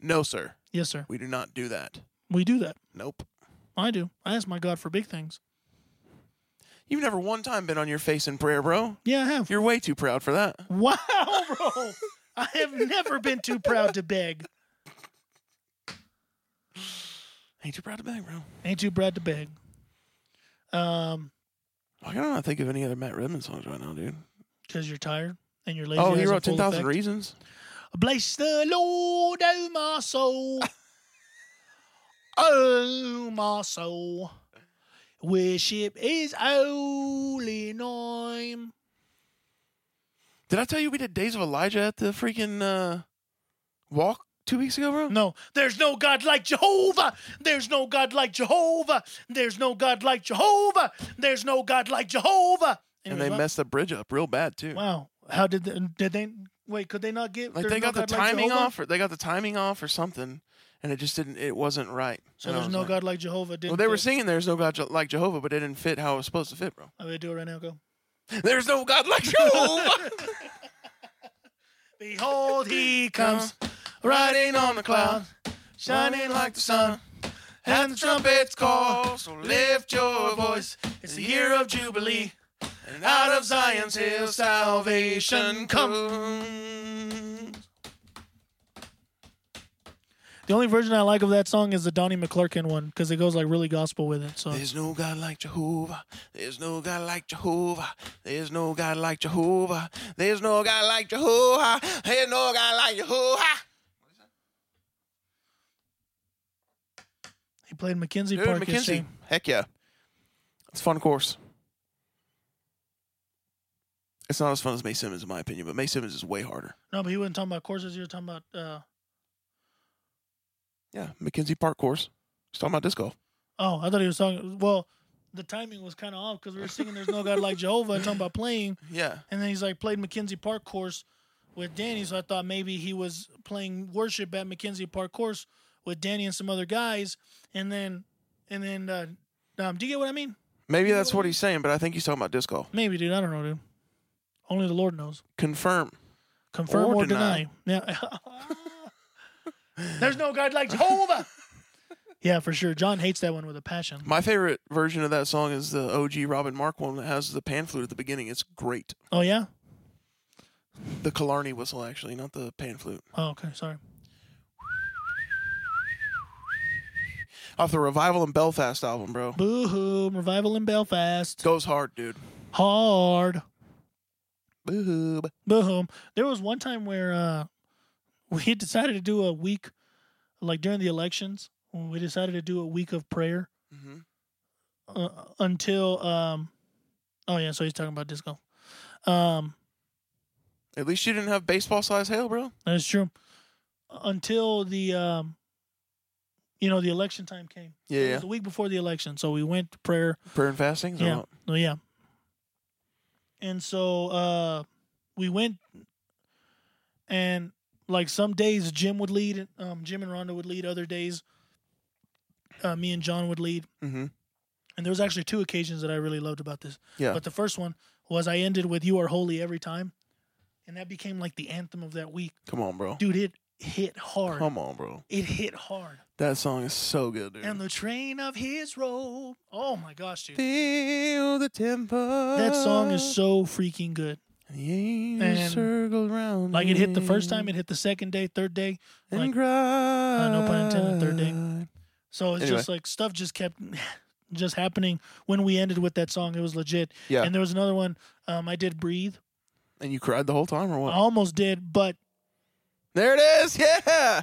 B: No, sir.
A: Yes, sir.
B: We do not do that.
A: We do that.
B: Nope.
A: I do. I ask my God for big things.
B: You've never one time been on your face in prayer, bro.
A: Yeah, I have. <laughs>
B: You're way too proud for that.
A: Wow, bro. I have never been too proud to beg.
B: Ain't too proud to beg, bro.
A: Ain't too proud to beg. Um,
B: I cannot think of any other Matt Redman songs right now, dude.
A: because you're tired and you're lazy.
B: Oh, he
A: has a
B: wrote
A: full
B: 10,000
A: effect.
B: Reasons.
A: Bless the Lord, oh my
B: <laughs>
A: soul. oh my soul. Worship his holy name.
B: Did I tell you we did Days of Elijah at the freaking uh, walk two weeks ago, bro?
A: No, there's no God like Jehovah. There's no God like Jehovah. There's no God like Jehovah. There's no God like Jehovah.
B: and
A: Anyways,
B: they
A: wow.
B: messed the bridge up real bad, too.
A: Wow. How did they, did they wait? Could they not get?
B: Like
A: there's
B: they
A: no
B: got the
A: God like
B: timing
A: Jehovah?
B: off, or they got the timing off, or something, and it just didn't. It wasn't right.
A: So
B: And I
A: there's
B: was
A: no
B: like-
A: God like Jehovah. Didn't
B: Well, they were
A: fit.
B: singing "There's no God Je- like Jehovah," but it didn't fit how it was supposed to fit, bro. <laughs>
A: I'm gonna Oh, do it right now. Go.
B: There's no God like <laughs> Jehovah,
A: <laughs> Behold, he comes
B: Uh-huh. riding on the cloud,
A: cloud, shining like the sun.
B: and the trumpets call. So lift your Oh, voice, it's the year of jubilee, and out of Zion's hill salvation comes.
A: The only version I like of that song is the Donnie McClurkin one because it goes like really gospel with it. So
B: There's no God like Jehovah. There's no God like Jehovah. There's no God like Jehovah. There's no God like Jehovah. There's no God like Jehovah.
A: he played Mackenzie
B: Dude,
A: Park.
B: McKenzie.
A: yesterday.
B: Heck yeah. It's a fun course. It's not as fun as May Simmons, in my opinion, but May Simmons is way harder.
A: No, but he wasn't talking about courses. He was talking about. Uh,
B: Yeah, Mackenzie Park course. He's talking about disc golf.
A: oh, I thought he was talking. Well, the timing was kind of off because we were singing "There's No God Like Jehovah" and talking about playing,
B: Yeah.
A: and then he's like played Mackenzie Park course with Danny. So I thought maybe he was playing worship at Mackenzie Park course with Danny and some other guys, and then and then uh, um, do you get what I mean?
B: Maybe that's what he's saying, but I think he's talking about disc golf.
A: Maybe, dude. I don't know, dude. Only the Lord knows.
B: Confirm.
A: Confirm
B: Or
A: or,
B: deny.
A: deny. Yeah. <laughs> There's no God like Jehovah. yeah, for sure. John hates that one with a passion.
B: My favorite version of that song is the OG Robin Mark one that has the pan flute at the beginning. It's great.
A: Oh yeah.
B: The Killarney whistle, actually, not the pan flute.
A: Oh okay. Sorry.
B: Off the Revival and Belfast album, bro.
A: Boo hoo. Revival in Belfast.
B: Goes hard, dude.
A: Hard.
B: Boo hoo.
A: Boo hoo. There was one time where uh, we decided to do a week, like during the elections, we decided to do a week of prayer
B: Mm-hmm.
A: uh, until. Um, oh yeah. So he's talking about disco. Um,
B: At least you didn't have baseball size hail, bro.
A: That's true. Until the um you know, the election time came.
B: Yeah,
A: It was the week before the election. So we went to prayer.
B: Prayer and fasting. is that
A: Yeah.
B: what-
A: Oh yeah. And so uh we went and like some days Jim would lead, um Jim and Rhonda would lead, other days uh, me and John would lead.
B: Mhm.
A: And there was actually two occasions that I really loved about this.
B: Yeah.
A: But the first one was I ended with "You are holy" every time, and that became like the anthem of that week
B: Come on, bro.
A: dude, it hit hard.
B: Come on, bro.
A: It hit hard.
B: That song is so good, dude.
A: And the train of his robe. Oh my gosh, dude.
B: Feel the tempo.
A: That song is so freaking good.
B: The angels
A: and-
B: circle round
A: Like it hit the first time,
B: me
A: it hit the second day, third day.
B: and
A: like-
B: cried.
A: no pun intended, third day. So it's
B: Anyway.
A: just like stuff just kept <sighs> just happening when we ended with that song. It was legit.
B: Yeah.
A: And there was another one. Um, I did breathe.
B: And you cried the whole time, or
A: I
B: what?
A: almost did, but
B: There it is. <laughs> Yeah.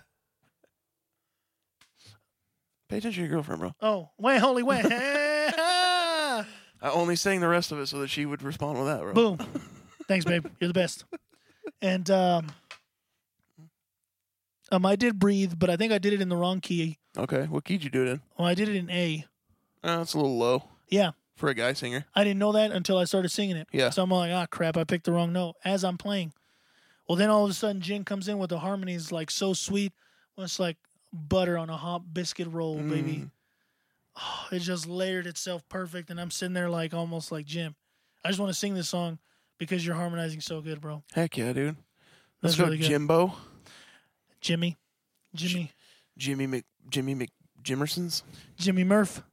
B: Pay attention to your girlfriend, bro.
A: oh wait,
B: <laughs>
A: holy way. <laughs>
B: I only sang the rest of it so that she would respond with that, bro.
A: Boom. Thanks, babe. You're the best. And um, um, I did breathe, but I think I did it in the wrong key. Oh,
B: Okay. What key'd you do it in?
A: Well, I did it in A.
B: Uh, it's a little low.
A: Yeah.
B: for a guy singer.
A: I didn't know that until I started singing it.
B: Yeah.
A: So I'm like, ah, crap, I picked the wrong note as I'm playing. Well, then all of a sudden, Jen comes in with the harmonies like so sweet. Well, It's like butter on a hot biscuit roll, baby.
B: Mm.
A: Oh, <sighs> it just layered itself perfect, and I'm sitting there like almost like Jim. I just want to sing this song because you're harmonizing so good, bro.
B: Heck yeah, dude. Let's
A: That's
B: go
A: really good.
B: Jimbo.
A: Jimmy, Jimmy,
B: Jimmy Mc Jimmy McJimmersons.
A: Jimmy Murph,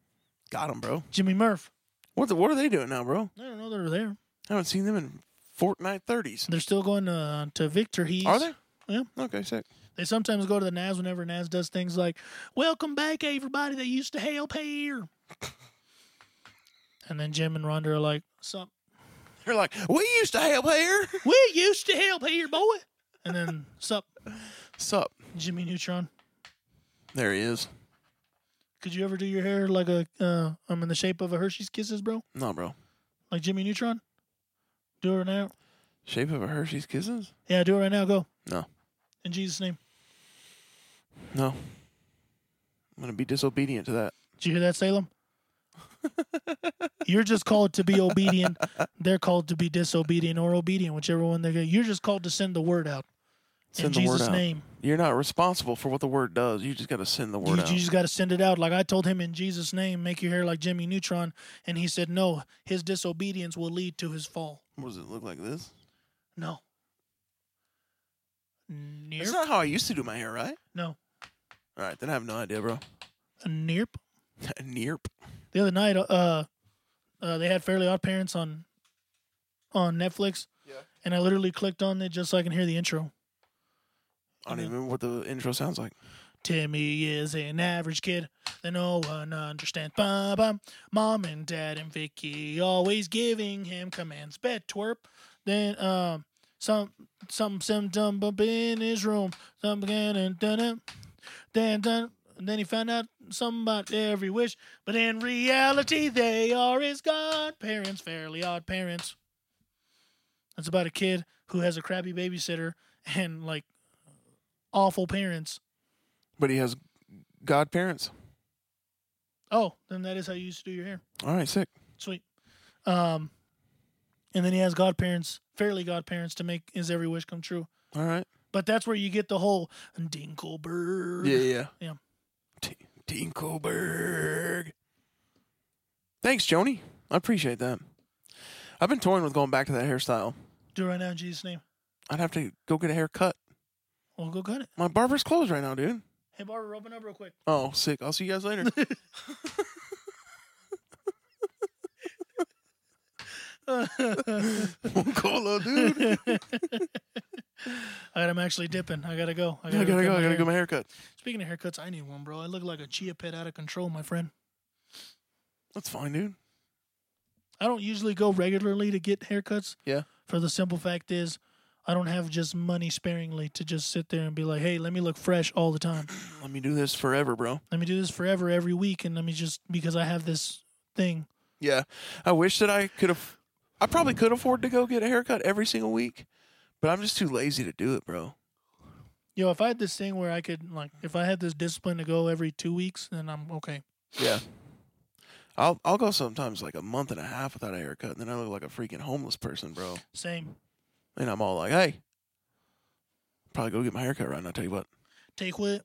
B: Got him, bro.
A: Jimmy Murph.
B: What the, what are they doing now, bro?
A: I don't know they're there.
B: I haven't seen them in Fortnite 30s.
A: They're still going to to Victor Heath.
B: Are they?
A: Yeah.
B: Okay, sick.
A: They sometimes go to the NAS whenever NAS does things like, Welcome back, everybody that used to help here. and then Jim and Rhonda are like, Sup?
B: They're like, we used to have hair. <laughs>
A: We used to help here, boy. And then, Sup,
B: Sup?
A: Jimmy Neutron,
B: There he is.
A: could you ever do your hair like a, uh, I'm in the shape of a Hershey's Kisses, bro?
B: No, bro. Like,
A: Like Jimmy Neutron? Do it right now.
B: Shape of a Hershey's Kisses?
A: Yeah, do it right now. Go.
B: No.
A: In Jesus' name.
B: No. I'm gonna be disobedient to that.
A: Did you hear that, Salem? You're just called to be obedient. They're called to be disobedient or obedient, whichever one they get. You're just called to send the word out
B: Send
A: in
B: the
A: Jesus'
B: word out.
A: name.
B: You're not responsible for what the word does. You just gotta send the
A: You,
B: word
A: you
B: out.
A: just got to send it out. Like I told him in Jesus' name, make your hair like Jimmy Neutron, and he said no. His disobedience will lead to his fall.
B: What does it look like this?
A: No.
B: That's
A: Nerp.
B: not how I used to do my hair, right?
A: no.
B: All right, then I have no idea, bro. <laughs>
A: Nerp.
B: Nerp.
A: the other night uh, uh they had fairly odd parents on on netflix
B: Yeah.
A: and i literally clicked on it just so i can hear the intro
B: I don't
A: Yeah.
B: even remember what the intro sounds like.
A: timmy is an average kid that no one understands bum, bum. mom and dad and vicky always giving him commands bet twerp then um some some symptom bump in his room some began and done it then done then he found out something about every wish, but in reality, they are his godparents, fairly odd parents. That's about a kid who has a crappy babysitter and like awful parents.
B: But he has godparents.
A: Oh, then that is how you used to do your hair.
B: All right, sick.
A: Sweet. Um, and then he has godparents, fairly godparents, to make his every wish come true.
B: All right.
A: But that's where you get the whole Dinkelberg.
B: Yeah, yeah.
A: Yeah.
B: T- Tinkelberg. Thanks, Joni. I appreciate that. I've been toying with going back to that hairstyle.
A: Do it right now in Jesus' name.
B: I'd have to go get a haircut.
A: Well, go cut it.
B: My barber's closed right now, dude.
A: Hey, Barbara, open up
B: <laughs>
A: real quick.
B: Oh, sick. I'll see you guys
A: <laughs>
B: later. <laughs> Cola, dude.
A: <laughs> All right, I'm actually dipping. I gotta go.
B: I gotta
A: cut
B: go.
A: my
B: I gotta
A: hair.
B: go my haircut.
A: Speaking of haircuts, I need one, bro. I look like a chia pet out of control, my friend.
B: That's fine, dude.
A: I don't usually go regularly to get haircuts.
B: Yeah.
A: For the simple fact is, I don't have just money sparingly to just sit there and be like, hey, let me look fresh all the time.
B: Let me do this forever, bro.
A: Let me do this forever, every week, and let me just because I have this thing.
B: Yeah. I wish that I could have. I probably could afford to go get a haircut every single week, but I'm just too lazy to do it, bro.
A: Yo, if I had this thing where I could like, if I had this discipline to go every two weeks, then I'm okay.
B: Yeah. I'll I'll go sometimes like a month and a half without a haircut, and then I look like a freaking homeless person, bro.
A: Same.
B: And I'm all like, hey, probably go get my haircut right now. Tell you what,
A: Take what?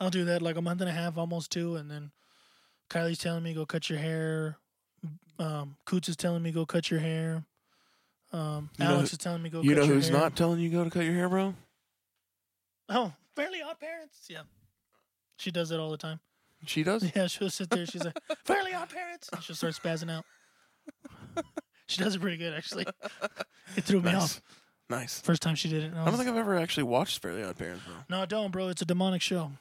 A: I'll do that like a month and a half, almost two, and then Kylie's telling me go cut your hair. Um, Coots is telling me go cut your hair. Um,
B: You know
A: Alex
B: who-
A: is telling me go.
B: you
A: cut
B: know
A: your
B: who's
A: hair.
B: not telling you go to cut your hair, bro?
A: Oh, Fairly Odd Parents. Yeah, she does that all the time. <laughs>
B: She does.
A: Yeah, she'll sit there. She's like Fairly Odd Parents, and she'll start spazzing out. <laughs> she does it pretty good, actually. <laughs> It threw me
B: Nice.
A: off
B: Nice.
A: first time she did it. and I
B: I don't
A: was-
B: think I've ever actually watched Fairly Odd Parents, bro.
A: no, don't, bro. It's a demonic show.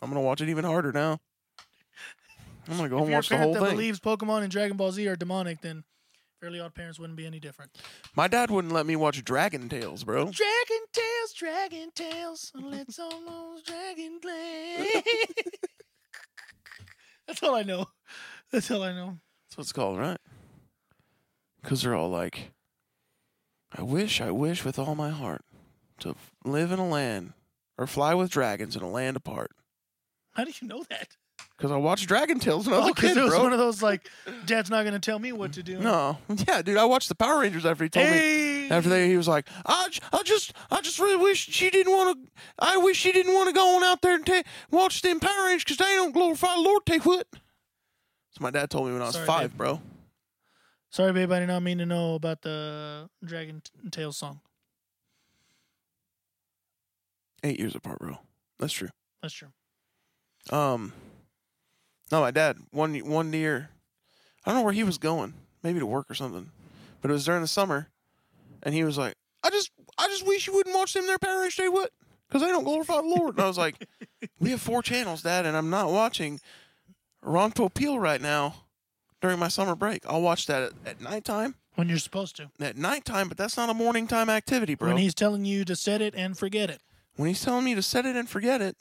B: I'm gonna watch it even harder now. I'm gonna go
A: if
B: and
A: you're
B: watch
A: a
B: the
A: parent
B: whole
A: that
B: thing.
A: believes Pokemon and Dragon Ball Z are demonic, then Fairly Odd Parents wouldn't be any different.
B: My dad wouldn't let me watch Dragon Tales, bro.
A: Dragon tails, dragon tails, let's almost dragon play.
B: <laughs>
A: That's all I know. <laughs> That's all I know.
B: That's what it's called, right? Because they're all like, I wish, I wish with all my heart to f- live in a land or fly with dragons in a land apart.
A: How do you know that?
B: because I watched Dragon Tales when I was
A: Oh,
B: a kid,
A: because it was
B: bro.
A: one of those like, Dad's not gonna tell me what to do.
B: no, <laughs> yeah, dude, I watched the Power Rangers after he told me.
A: Hey.
B: After they, he was like, I, j- I just, I just really wish she didn't want to, I wish she didn't want to go on out there and ta- watch them Power Rangers because they don't glorify the Lord, take what? So my dad told me when I was
A: Sorry,
B: five,
A: babe.
B: bro.
A: Sorry, babe, I did not mean to know about the Dragon T- Tales song.
B: Eight years apart, bro. That's true.
A: That's true.
B: Um, no, my dad one one year, I don't know where he was going, maybe to work or something, but it was during the summer, and he was like, "I just, I just wish you wouldn't watch them their Power Rangers, they what? Because they don't glorify the Lord." And I was like, "We have four channels, Dad, and I'm not watching Ron Popeil right now during my summer break. I'll watch that at, at nighttime,
A: When you're supposed to.
B: at nighttime, but that's not a morning time activity, bro.
A: When he's telling you to set it and forget it.
B: when he's telling me to set it and forget it,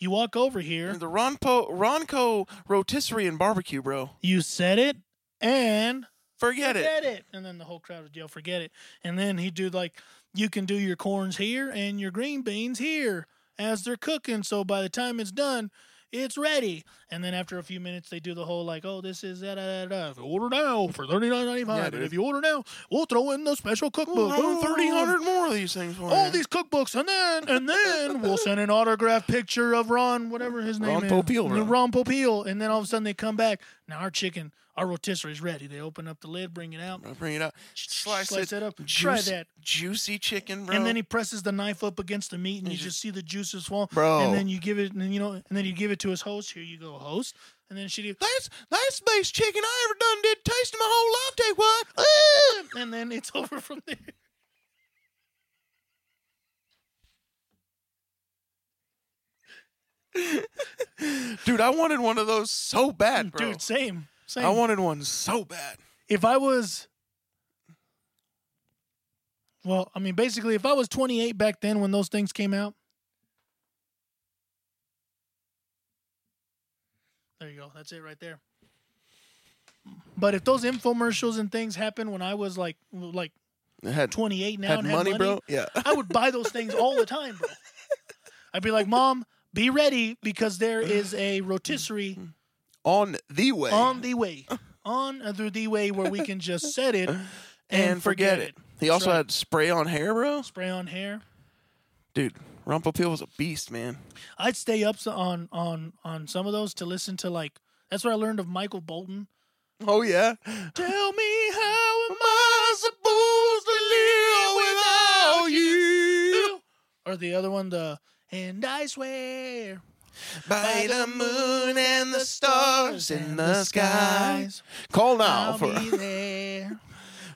A: You walk over here,
B: the Ron po- Ronco rotisserie and barbecue, bro."
A: you set it and
B: Forget it.
A: forget it. And then the whole crowd would yell, forget it. And then he'd do like, you can do your corns here and your green beans here as they're cooking. So by the time it's done, it's ready. And then after a few minutes, they do the whole like, oh, this is da da da da. If you order now for thirty nine ninety
B: Yeah,
A: five,
B: dude.
A: and if you order now, we'll throw in the special
B: Ooh,
A: cookbook.
B: <laughs> throw 300 more of these things for
A: all
B: you.
A: these cookbooks, and then and then we'll send an autograph picture of Ron, whatever his name
B: Ron
A: is,
B: Popeil, bro.
A: Ron. Popeil, and then all of a sudden they come back. Now our chicken, our rotisserie is ready. They open up the lid, bring it out,
B: I'll bring it up.
A: slice,
B: it,
A: it up, try
B: Juicy,
A: that,
B: juicy chicken, bro.
A: and then he presses the knife up against the meat, and
B: You
A: you just see the juices fall.
B: Bro.
A: and then you give it, and then, you know, and then you give it to his host. Here you go, host, and then she,
B: that's that's the best chicken I ever done did taste in my whole life. Take what? Ugh!
A: and then it's <laughs> over from there.
B: Dude, I wanted one of those so bad, bro.
A: Dude, same, same.
B: I wanted one so bad.
A: if I was well, I mean, basically, if I was 28 back then when those things came out, there you go. That's it right there. But if those infomercials and things happened when I was like like
B: It had,
A: 28 now
B: had
A: and
B: money,
A: had
B: bro. Yeah. <laughs>
A: I would buy those things all the time, bro. I'd be like, "Mom, be ready because there is a rotisserie
B: On the way.
A: on the way, on the, the way where we can just set it and,
B: <laughs> and forget, it. He also
A: right.
B: had spray on hair, bro.
A: Spray on hair.
B: Dude, Rumpelpeel was a beast, man.
A: I'd stay up so- on on on some of those to listen to like. That's what I learned of Michael Bolton.
B: Oh yeah. Tell me how am I supposed to live without you?
A: Or the other one, the and I swear
B: By the moon and the stars in the sky.
A: skies,
B: Call now
A: I'll
B: for <laughs>
A: be there.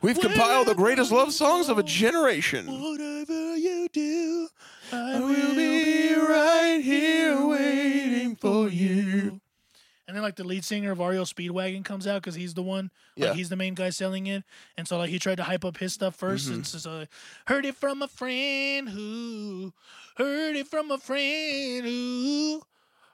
B: We've compiled the greatest love songs of a generation.
A: Whatever you do, I
B: I
A: will be
B: right here
A: And then like the lead singer of REO Speedwagon comes out because he's the one, like
B: Yeah.
A: he's the main guy selling it. And so like he tried to hype up his stuff 1st
B: Mm-hmm.
A: and so, so like, heard it from a friend who, heard it from a friend who,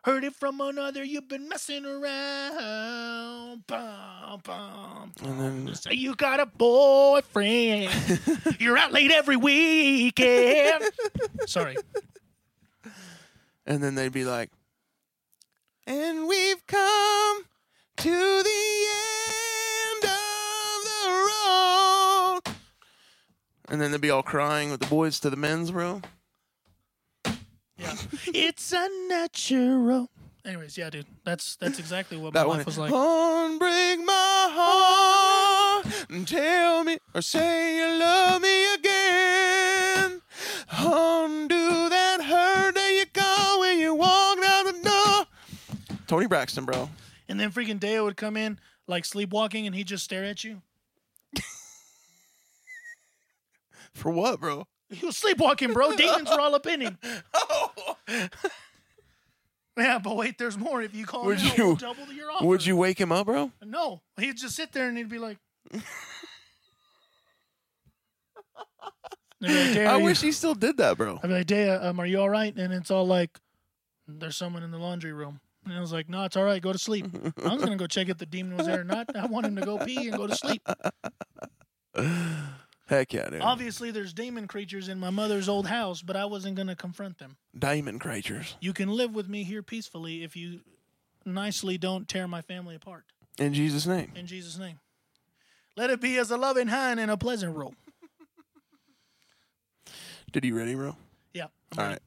A: heard it from another. You've been messing around. Bum, bum,
B: And then
A: so you got a boyfriend.
B: <laughs>
A: You're out late every weekend. Sorry.
B: and then they'd be like And we've come to the end of the road. And then they'd be all crying with the boys to the men's bro.
A: Yeah. it's unnatural. Anyways, yeah, dude. That's that's exactly what
B: That
A: my
B: one
A: life was like.
B: Come break my heart and tell me or say you love me again. Undo that hurt that you got when you walked out the door. Tony Braxton, bro.
A: And then freaking Dale would come in like sleepwalking and he'd just stare at you.
B: For what,
A: <laughs>
B: bro?
A: He was sleepwalking, bro. Demons were all up in him.
B: Oh.
A: Yeah, but wait, there's more. If you call
B: Would
A: now,
B: you-
A: we'll double your offer.
B: Would you wake him up, bro?
A: No. He'd just sit there and he'd be like They'd be like, "Dale,
B: I
A: are you-
B: wish he still did that, bro.
A: I'd be like, Daya, um, are you all right? And it's all like, there's someone in the laundry room. And I was like, no, it's all right. Go to sleep. I was going to go check if the demon was there or not. I want him to go pee and go
B: <laughs>
A: to sleep.
B: Heck yeah, dude.
A: Obviously, there's demon creatures in my mother's old house, but I wasn't going to confront them.
B: Diamond creatures.
A: You can live with me here peacefully if you nicely don't tear my family apart.
B: In Jesus' name.
A: In Jesus' name. Let it be as a loving hind and a pleasant roll.
B: Did you ready, bro?
A: Yeah. I'm
B: All
A: ready.
B: right.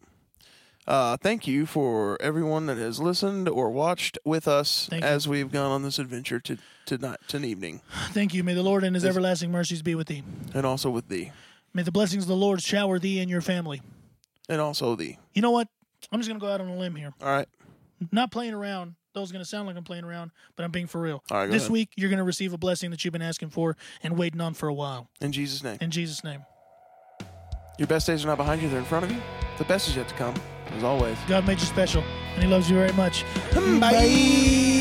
B: Uh, thank you for everyone that has listened or watched with us
A: Thank you.
B: as we've gone on this adventure to tonight to an evening,
A: Thank you. May the Lord and his
B: Yes.
A: everlasting mercies be with thee.
B: and also with thee,
A: May the blessings of the Lord shower thee and your family.
B: and also thee.
A: You know what? I'm just going to go out on a limb here.
B: All right,
A: Not playing around. Those going to sound like I'm playing around, but I'm being for real.
B: All right, go
A: this
B: ahead.
A: week, you're going to receive a blessing that you've been asking for and waiting on for a while.
B: in Jesus' name.
A: In Jesus' name.
B: Your best days are not behind you; they're in front of you. The best is yet to come, as always.
A: God made you special, and He loves you very much.
B: Bye.